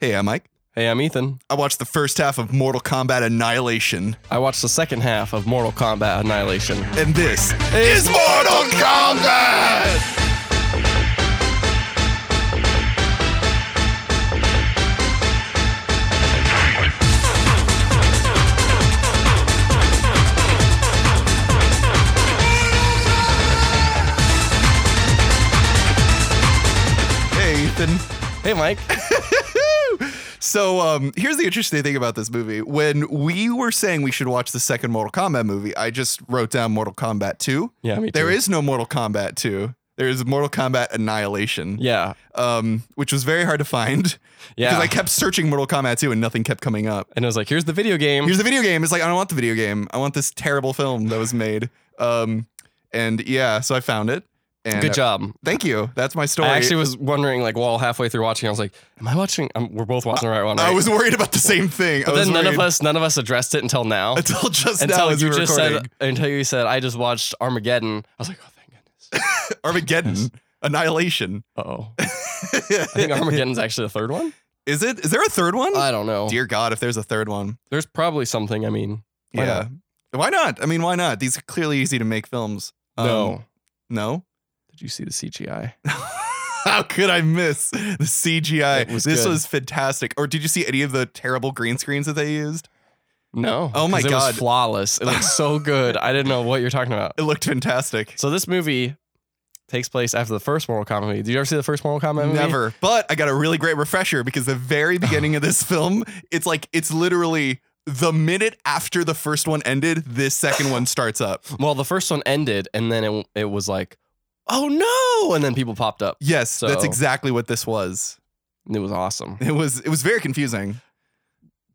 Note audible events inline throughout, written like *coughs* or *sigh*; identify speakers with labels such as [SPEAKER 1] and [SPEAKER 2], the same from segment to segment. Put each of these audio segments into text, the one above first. [SPEAKER 1] Hey, I'm Mike.
[SPEAKER 2] Hey, I'm Ethan.
[SPEAKER 1] I watched the first half of Mortal Kombat Annihilation,
[SPEAKER 2] I watched the second half of Mortal Kombat Annihilation.
[SPEAKER 1] and this is Mortal Kombat! Hey, Ethan. *laughs*
[SPEAKER 2] Hey, Mike.
[SPEAKER 1] So um, here's the interesting thing about this movie. When we were saying we should watch the second Mortal Kombat movie, I just wrote down Mortal Kombat 2.
[SPEAKER 2] Yeah, me too.
[SPEAKER 1] There is no Mortal Kombat 2. There is Mortal Kombat Annihilation,
[SPEAKER 2] Yeah,
[SPEAKER 1] um, which was very hard to find *laughs* because
[SPEAKER 2] yeah.
[SPEAKER 1] I kept searching Mortal Kombat 2 and nothing kept coming up.
[SPEAKER 2] and it was like, here's the video game.
[SPEAKER 1] Here's the video game. It's like, I don't want the video game. I want this terrible film that was made. Um, and yeah, so I found it. And
[SPEAKER 2] Good job.
[SPEAKER 1] Thank you. That's my story.
[SPEAKER 2] I actually was wondering, like, while halfway through watching, I was like, am I watching? Um, we're both watching the right one. Right?
[SPEAKER 1] I was worried about the same thing.
[SPEAKER 2] but
[SPEAKER 1] I was
[SPEAKER 2] then none of
[SPEAKER 1] worried
[SPEAKER 2] us, none of us addressed it until
[SPEAKER 1] *laughs*
[SPEAKER 2] now.
[SPEAKER 1] until just
[SPEAKER 2] until
[SPEAKER 1] now as
[SPEAKER 2] you
[SPEAKER 1] we were
[SPEAKER 2] just
[SPEAKER 1] recording.
[SPEAKER 2] said, until you said, I just watched Armageddon. I was like, oh, thank
[SPEAKER 1] *laughs*
[SPEAKER 2] goodness. *laughs*
[SPEAKER 1] Armageddon, Annihilation.
[SPEAKER 2] Uh-oh. I think Armageddon's actually the third one.
[SPEAKER 1] *laughs* is it? Is there a third one?
[SPEAKER 2] I don't know.
[SPEAKER 1] Dear God, if there's a third one,
[SPEAKER 2] There's probably something. I mean, Why
[SPEAKER 1] yeah. Why not? I mean, why not? These are clearly easy to make films. Um,
[SPEAKER 2] no.
[SPEAKER 1] no. *laughs*
[SPEAKER 2] Did you see the CGI?
[SPEAKER 1] How could I miss the CGI?
[SPEAKER 2] It was
[SPEAKER 1] this
[SPEAKER 2] good.
[SPEAKER 1] was fantastic. Or did you see any of the terrible green screens that they used?
[SPEAKER 2] No.
[SPEAKER 1] Oh my
[SPEAKER 2] 'cause it
[SPEAKER 1] God.
[SPEAKER 2] was flawless. It looked so good. I didn't know what you're talking about.
[SPEAKER 1] It looked fantastic.
[SPEAKER 2] So this movie takes place after the first Mortal Kombat movie. Did you ever see the first Mortal Kombat movie?
[SPEAKER 1] Never. But I got a really great refresher because the
[SPEAKER 2] *sighs*
[SPEAKER 1] very beginning of this film, it's like it's literally the minute after the first one ended, this second one starts up.
[SPEAKER 2] Well, the first one ended, and then it it was like, oh no, and then people popped up.
[SPEAKER 1] Yes, that's
[SPEAKER 2] So-
[SPEAKER 1] exactly what this was.
[SPEAKER 2] And it was awesome.
[SPEAKER 1] It was it was very confusing.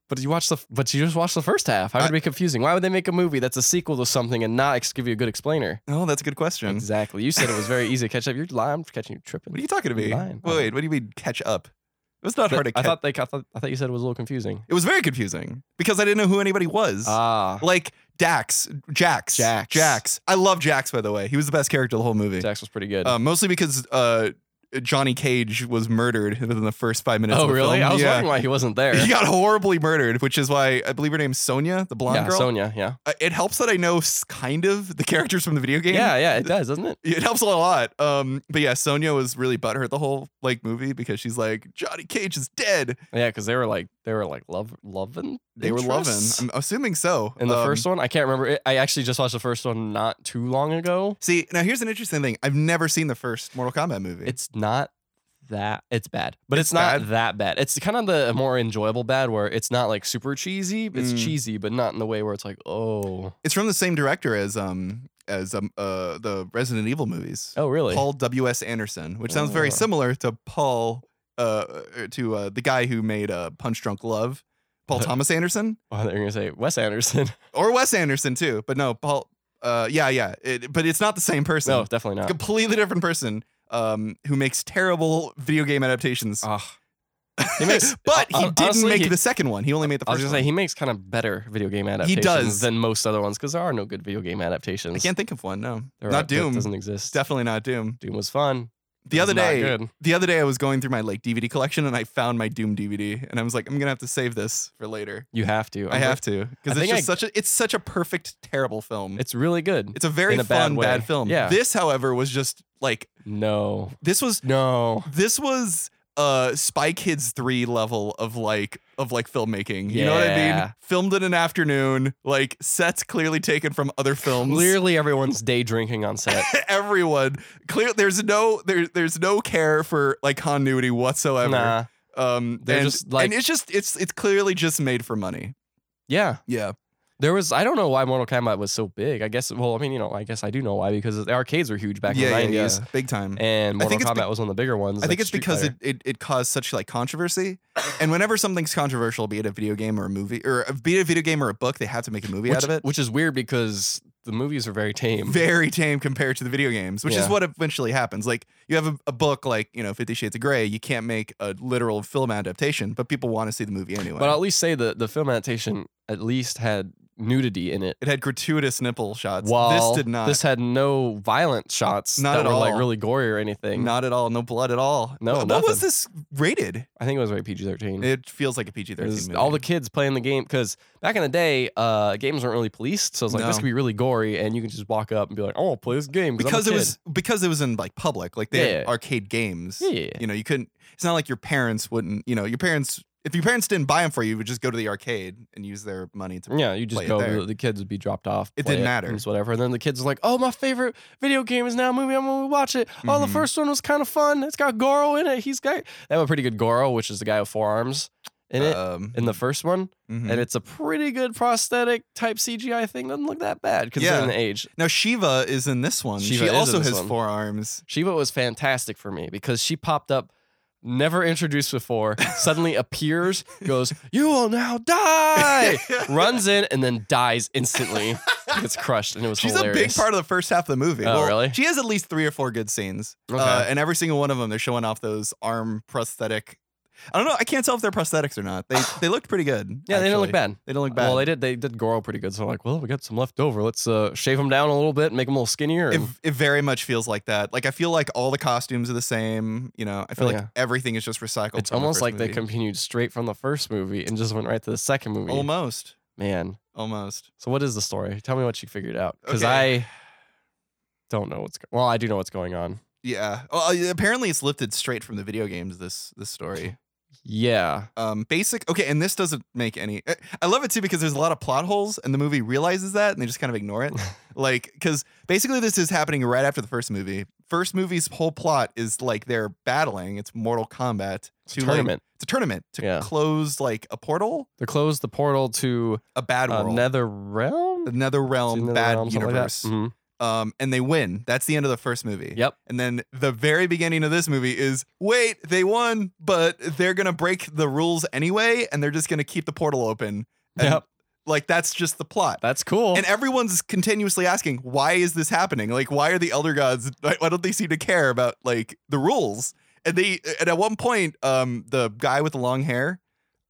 [SPEAKER 2] But you watch the but you just watched the first half. How would
[SPEAKER 1] I-
[SPEAKER 2] it be confusing? Why would they make a movie that's a sequel to something and not ex- give you a good explainer?
[SPEAKER 1] Oh, that's a good question.
[SPEAKER 2] Exactly. You said it was very easy to catch up. You're lying. I'm catching you tripping.
[SPEAKER 1] What are you talking to me?
[SPEAKER 2] You're lying.
[SPEAKER 1] Wait, wait, what do you mean catch up? It was not hard to
[SPEAKER 2] I
[SPEAKER 1] catch.
[SPEAKER 2] thought they I thought, I thought you said it was a little confusing.
[SPEAKER 1] it was very confusing because I didn't know who anybody was.
[SPEAKER 2] Ah,
[SPEAKER 1] like Dax, Jax,
[SPEAKER 2] Jax.
[SPEAKER 1] Jax. I love Jax by the way. He was the best character of the whole movie.
[SPEAKER 2] Jax was pretty good.
[SPEAKER 1] Uh, mostly because uh, Johnny Cage was murdered within the first five minutes.
[SPEAKER 2] oh
[SPEAKER 1] of the
[SPEAKER 2] really?
[SPEAKER 1] film.
[SPEAKER 2] I was
[SPEAKER 1] yeah.
[SPEAKER 2] wondering why he wasn't there.
[SPEAKER 1] He got horribly murdered, which is why I believe her name's Sonia, the blonde
[SPEAKER 2] yeah,
[SPEAKER 1] girl.
[SPEAKER 2] Sonya. Yeah.
[SPEAKER 1] Uh, It helps that I know s- kind of the characters from the video game.
[SPEAKER 2] Yeah, yeah, it does, doesn't it?
[SPEAKER 1] It helps a lot. Um, but yeah, Sonia was really butthurt the whole like movie because she's like, Johnny Cage is dead.
[SPEAKER 2] Yeah, because they were like they were like love loving.
[SPEAKER 1] They were loving.
[SPEAKER 2] interests?
[SPEAKER 1] I'm assuming so.
[SPEAKER 2] in the
[SPEAKER 1] Um,
[SPEAKER 2] first one. I can't remember. It. I actually just watched the first one not too long ago.
[SPEAKER 1] See, now here's an interesting thing. I've never seen the first Mortal Kombat movie.
[SPEAKER 2] It's not that it's bad, but it's, not
[SPEAKER 1] bad?
[SPEAKER 2] that bad. It's kind of the more enjoyable bad where it's not like super cheesy. It's
[SPEAKER 1] Mm.
[SPEAKER 2] cheesy, but not in the way where it's like oh
[SPEAKER 1] it's from the same director as um as um uh the Resident Evil movies.
[SPEAKER 2] oh really *laughs*
[SPEAKER 1] Paul W. S. Anderson, which sounds very
[SPEAKER 2] Oh.
[SPEAKER 1] similar to Paul uh er, to uh the guy who made uh Punch Drunk Love, Paul
[SPEAKER 2] Uh-huh.
[SPEAKER 1] Thomas Anderson.
[SPEAKER 2] Oh, they're gonna say Wes Anderson. *laughs*
[SPEAKER 1] Or Wes Anderson too, but no, Paul uh yeah, yeah. It, but it's not the same person.
[SPEAKER 2] no, definitely not.
[SPEAKER 1] completely different person um, who makes terrible video game adaptations.
[SPEAKER 2] Ugh. Uh, He makes.
[SPEAKER 1] *laughs* but he
[SPEAKER 2] hon-
[SPEAKER 1] didn't
[SPEAKER 2] honestly,
[SPEAKER 1] make
[SPEAKER 2] he-
[SPEAKER 1] the second one. He only made the
[SPEAKER 2] I was
[SPEAKER 1] first
[SPEAKER 2] gonna
[SPEAKER 1] one.
[SPEAKER 2] say he makes kind of better video game adaptations
[SPEAKER 1] does.
[SPEAKER 2] than most other ones because there are no good video game adaptations.
[SPEAKER 1] I can't think of one. No,
[SPEAKER 2] There
[SPEAKER 1] not
[SPEAKER 2] are- that
[SPEAKER 1] Doom.
[SPEAKER 2] doesn't exist.
[SPEAKER 1] Definitely not Doom.
[SPEAKER 2] Doom was fun.
[SPEAKER 1] The
[SPEAKER 2] It was
[SPEAKER 1] other
[SPEAKER 2] not
[SPEAKER 1] day,
[SPEAKER 2] good.
[SPEAKER 1] the other day, I was going through my like DVD collection and I found my Doom DVD, and I was like, I'm gonna have to save this for later.
[SPEAKER 2] you have to.
[SPEAKER 1] i
[SPEAKER 2] I'm
[SPEAKER 1] have to because
[SPEAKER 2] I
[SPEAKER 1] it's
[SPEAKER 2] think
[SPEAKER 1] just
[SPEAKER 2] I-
[SPEAKER 1] such a it's such a perfect terrible film.
[SPEAKER 2] re- It's really good.
[SPEAKER 1] it's a very
[SPEAKER 2] in a bad
[SPEAKER 1] fun
[SPEAKER 2] way.
[SPEAKER 1] bad film.
[SPEAKER 2] Yeah.
[SPEAKER 1] This, however, was just like
[SPEAKER 2] no,
[SPEAKER 1] this was
[SPEAKER 2] no.
[SPEAKER 1] this was uh spy kids 3 level of like of like filmmaking you know what i
[SPEAKER 2] Yeah.
[SPEAKER 1] mean filmed in an afternoon like sets clearly taken from other films
[SPEAKER 2] Clearly, everyone's day drinking on set.
[SPEAKER 1] *laughs* everyone clear there's no there, there's no care for like continuity whatsoever
[SPEAKER 2] nah.
[SPEAKER 1] um
[SPEAKER 2] They're
[SPEAKER 1] and,
[SPEAKER 2] just, like-
[SPEAKER 1] and it's just it's it's clearly just made for money
[SPEAKER 2] Yeah,
[SPEAKER 1] yeah
[SPEAKER 2] there was. I don't know why Mortal Kombat was so big. I guess. Well, I mean, you know, I guess I do know why because the arcades were huge back
[SPEAKER 1] yeah, yeah,
[SPEAKER 2] in the '90s,
[SPEAKER 1] yeah. big time
[SPEAKER 2] and
[SPEAKER 1] I think
[SPEAKER 2] Mortal
[SPEAKER 1] it's
[SPEAKER 2] Kombat
[SPEAKER 1] be-
[SPEAKER 2] was one of the bigger ones.
[SPEAKER 1] I think
[SPEAKER 2] like
[SPEAKER 1] it's
[SPEAKER 2] Street
[SPEAKER 1] because it,
[SPEAKER 2] Fighter.
[SPEAKER 1] it, it caused such like controversy, and whenever something's controversial, be it a video game or a movie, or be it a video game or a book, they have to make a movie
[SPEAKER 2] which,
[SPEAKER 1] out of it.
[SPEAKER 2] which is weird because the movies are very tame.
[SPEAKER 1] very tame compared to the video games, which is
[SPEAKER 2] Yeah.
[SPEAKER 1] what eventually happens. Like you have a, a book like you know Fifty Shades of Grey, you can't make a literal film adaptation, but people want to see the movie anyway.
[SPEAKER 2] but I'll at least say the the film adaptation at least had nudity in it.
[SPEAKER 1] It had gratuitous nipple shots.
[SPEAKER 2] While
[SPEAKER 1] this did not. Uh,
[SPEAKER 2] This had no violent shots
[SPEAKER 1] Not
[SPEAKER 2] that
[SPEAKER 1] at
[SPEAKER 2] were like
[SPEAKER 1] all.
[SPEAKER 2] really gory or anything.
[SPEAKER 1] not at all. No blood at all.
[SPEAKER 2] No,
[SPEAKER 1] What, what was
[SPEAKER 2] nothing.
[SPEAKER 1] this rated?
[SPEAKER 2] I think it was like PG thirteen.
[SPEAKER 1] It feels like a PG
[SPEAKER 2] It
[SPEAKER 1] thirteen
[SPEAKER 2] was
[SPEAKER 1] movie.
[SPEAKER 2] all the kids playing the game because back in the day, uh, games weren't really policed. So I was like, this
[SPEAKER 1] No.
[SPEAKER 2] could be really gory, and you can just walk up and be like, "Oh, I'll play this game
[SPEAKER 1] because
[SPEAKER 2] i
[SPEAKER 1] it was because it was in like public, like they had
[SPEAKER 2] Yeah.
[SPEAKER 1] arcade games.
[SPEAKER 2] Yeah, yeah, yeah.
[SPEAKER 1] You know, you couldn't. It's not like your parents wouldn't. You know, your parents. If your parents didn't buy them for you, you would just go to the arcade and use their money to.
[SPEAKER 2] Yeah, you
[SPEAKER 1] play
[SPEAKER 2] just
[SPEAKER 1] it
[SPEAKER 2] go.
[SPEAKER 1] there.
[SPEAKER 2] The, the kids would be dropped off.
[SPEAKER 1] It
[SPEAKER 2] play
[SPEAKER 1] didn't matter.
[SPEAKER 2] and it's whatever. And then the kids are like, "Oh, my favorite video game is now a movie. I'm gonna watch it. Oh,
[SPEAKER 1] Mhm.
[SPEAKER 2] the first one was kind of fun. It's got Goro in it. He's got they have a pretty good Goro, which is the guy with four arms in it
[SPEAKER 1] Um,
[SPEAKER 2] in the first one,
[SPEAKER 1] mhm.
[SPEAKER 2] and it's a pretty good prosthetic type CGI thing. Doesn't look that bad considering
[SPEAKER 1] Yeah.
[SPEAKER 2] the age.
[SPEAKER 1] now Shiva is in this one.
[SPEAKER 2] Shiva
[SPEAKER 1] she
[SPEAKER 2] is in
[SPEAKER 1] also
[SPEAKER 2] this
[SPEAKER 1] has
[SPEAKER 2] one.
[SPEAKER 1] four
[SPEAKER 2] *laughs*
[SPEAKER 1] arms.
[SPEAKER 2] Shiva was fantastic for me because she popped up. Never introduced before,
[SPEAKER 1] *laughs*
[SPEAKER 2] suddenly appears, goes, You will
[SPEAKER 1] *laughs*
[SPEAKER 2] now die! runs in and then dies instantly. Gets crushed, and it was
[SPEAKER 1] She's
[SPEAKER 2] hilarious.
[SPEAKER 1] a big part of the first half of the movie.
[SPEAKER 2] Oh,
[SPEAKER 1] Well,
[SPEAKER 2] really?
[SPEAKER 1] She has at least three or four good scenes, uh, and every single one of them, they're showing off those arm prosthetic. I don't know. I can't tell if they're prosthetics or
[SPEAKER 2] *sighs*
[SPEAKER 1] not. They they looked pretty good.
[SPEAKER 2] yeah, they didn't look
[SPEAKER 1] actually.
[SPEAKER 2] bad.
[SPEAKER 1] They didn't look bad.
[SPEAKER 2] Well, they did. They did Goro pretty good. So like, well, we got some left over. Let's uh, shave them down a little bit, make them a little skinnier.
[SPEAKER 1] it,
[SPEAKER 2] And,
[SPEAKER 1] it very much feels like that. Like I feel like all the costumes are the same. You know, I feel
[SPEAKER 2] Oh,
[SPEAKER 1] like
[SPEAKER 2] yeah.
[SPEAKER 1] everything is just recycled.
[SPEAKER 2] it's
[SPEAKER 1] from the
[SPEAKER 2] almost
[SPEAKER 1] first
[SPEAKER 2] like they
[SPEAKER 1] movie.
[SPEAKER 2] continued straight from the first movie and just went right to the second movie.
[SPEAKER 1] Oh almost,
[SPEAKER 2] Man,
[SPEAKER 1] almost.
[SPEAKER 2] so what is the story? Tell me what you figured out, because
[SPEAKER 1] Okay.
[SPEAKER 2] I don't know what's. Go- well, I do know what's going on.
[SPEAKER 1] Yeah. Well, uh, apparently it's lifted straight from the video games. This this story.
[SPEAKER 2] Yeah,
[SPEAKER 1] Um, basic. Okay, and this doesn't make any. I- I love it too because there's a lot of plot holes, and the movie realizes that, and they just kind of ignore
[SPEAKER 2] *laughs*
[SPEAKER 1] it. like, because basically this is happening right after the first movie. First movie's whole plot is like they're battling. It's Mortal Kombat.
[SPEAKER 2] it's
[SPEAKER 1] To
[SPEAKER 2] a
[SPEAKER 1] like-
[SPEAKER 2] tournament.
[SPEAKER 1] it's a tournament to
[SPEAKER 2] Yeah.
[SPEAKER 1] close like a portal,
[SPEAKER 2] They closed the portal to
[SPEAKER 1] a bad
[SPEAKER 2] uh,
[SPEAKER 1] world.
[SPEAKER 2] Nether Realm.
[SPEAKER 1] Another realm, bad universe.
[SPEAKER 2] hmm
[SPEAKER 1] um, and they win. That's the end of the first movie.
[SPEAKER 2] Yep.
[SPEAKER 1] And then the very beginning of this movie is wait, they won, but they're gonna break the rules anyway, and they're just gonna keep the portal open. And,
[SPEAKER 2] Yep.
[SPEAKER 1] Like that's just the plot.
[SPEAKER 2] That's cool.
[SPEAKER 1] and everyone's continuously asking, why is this happening? Like, why are the elder gods? *laughs* Why why don't they seem to care about like the rules? And they, and at one point, um, the guy with the long hair,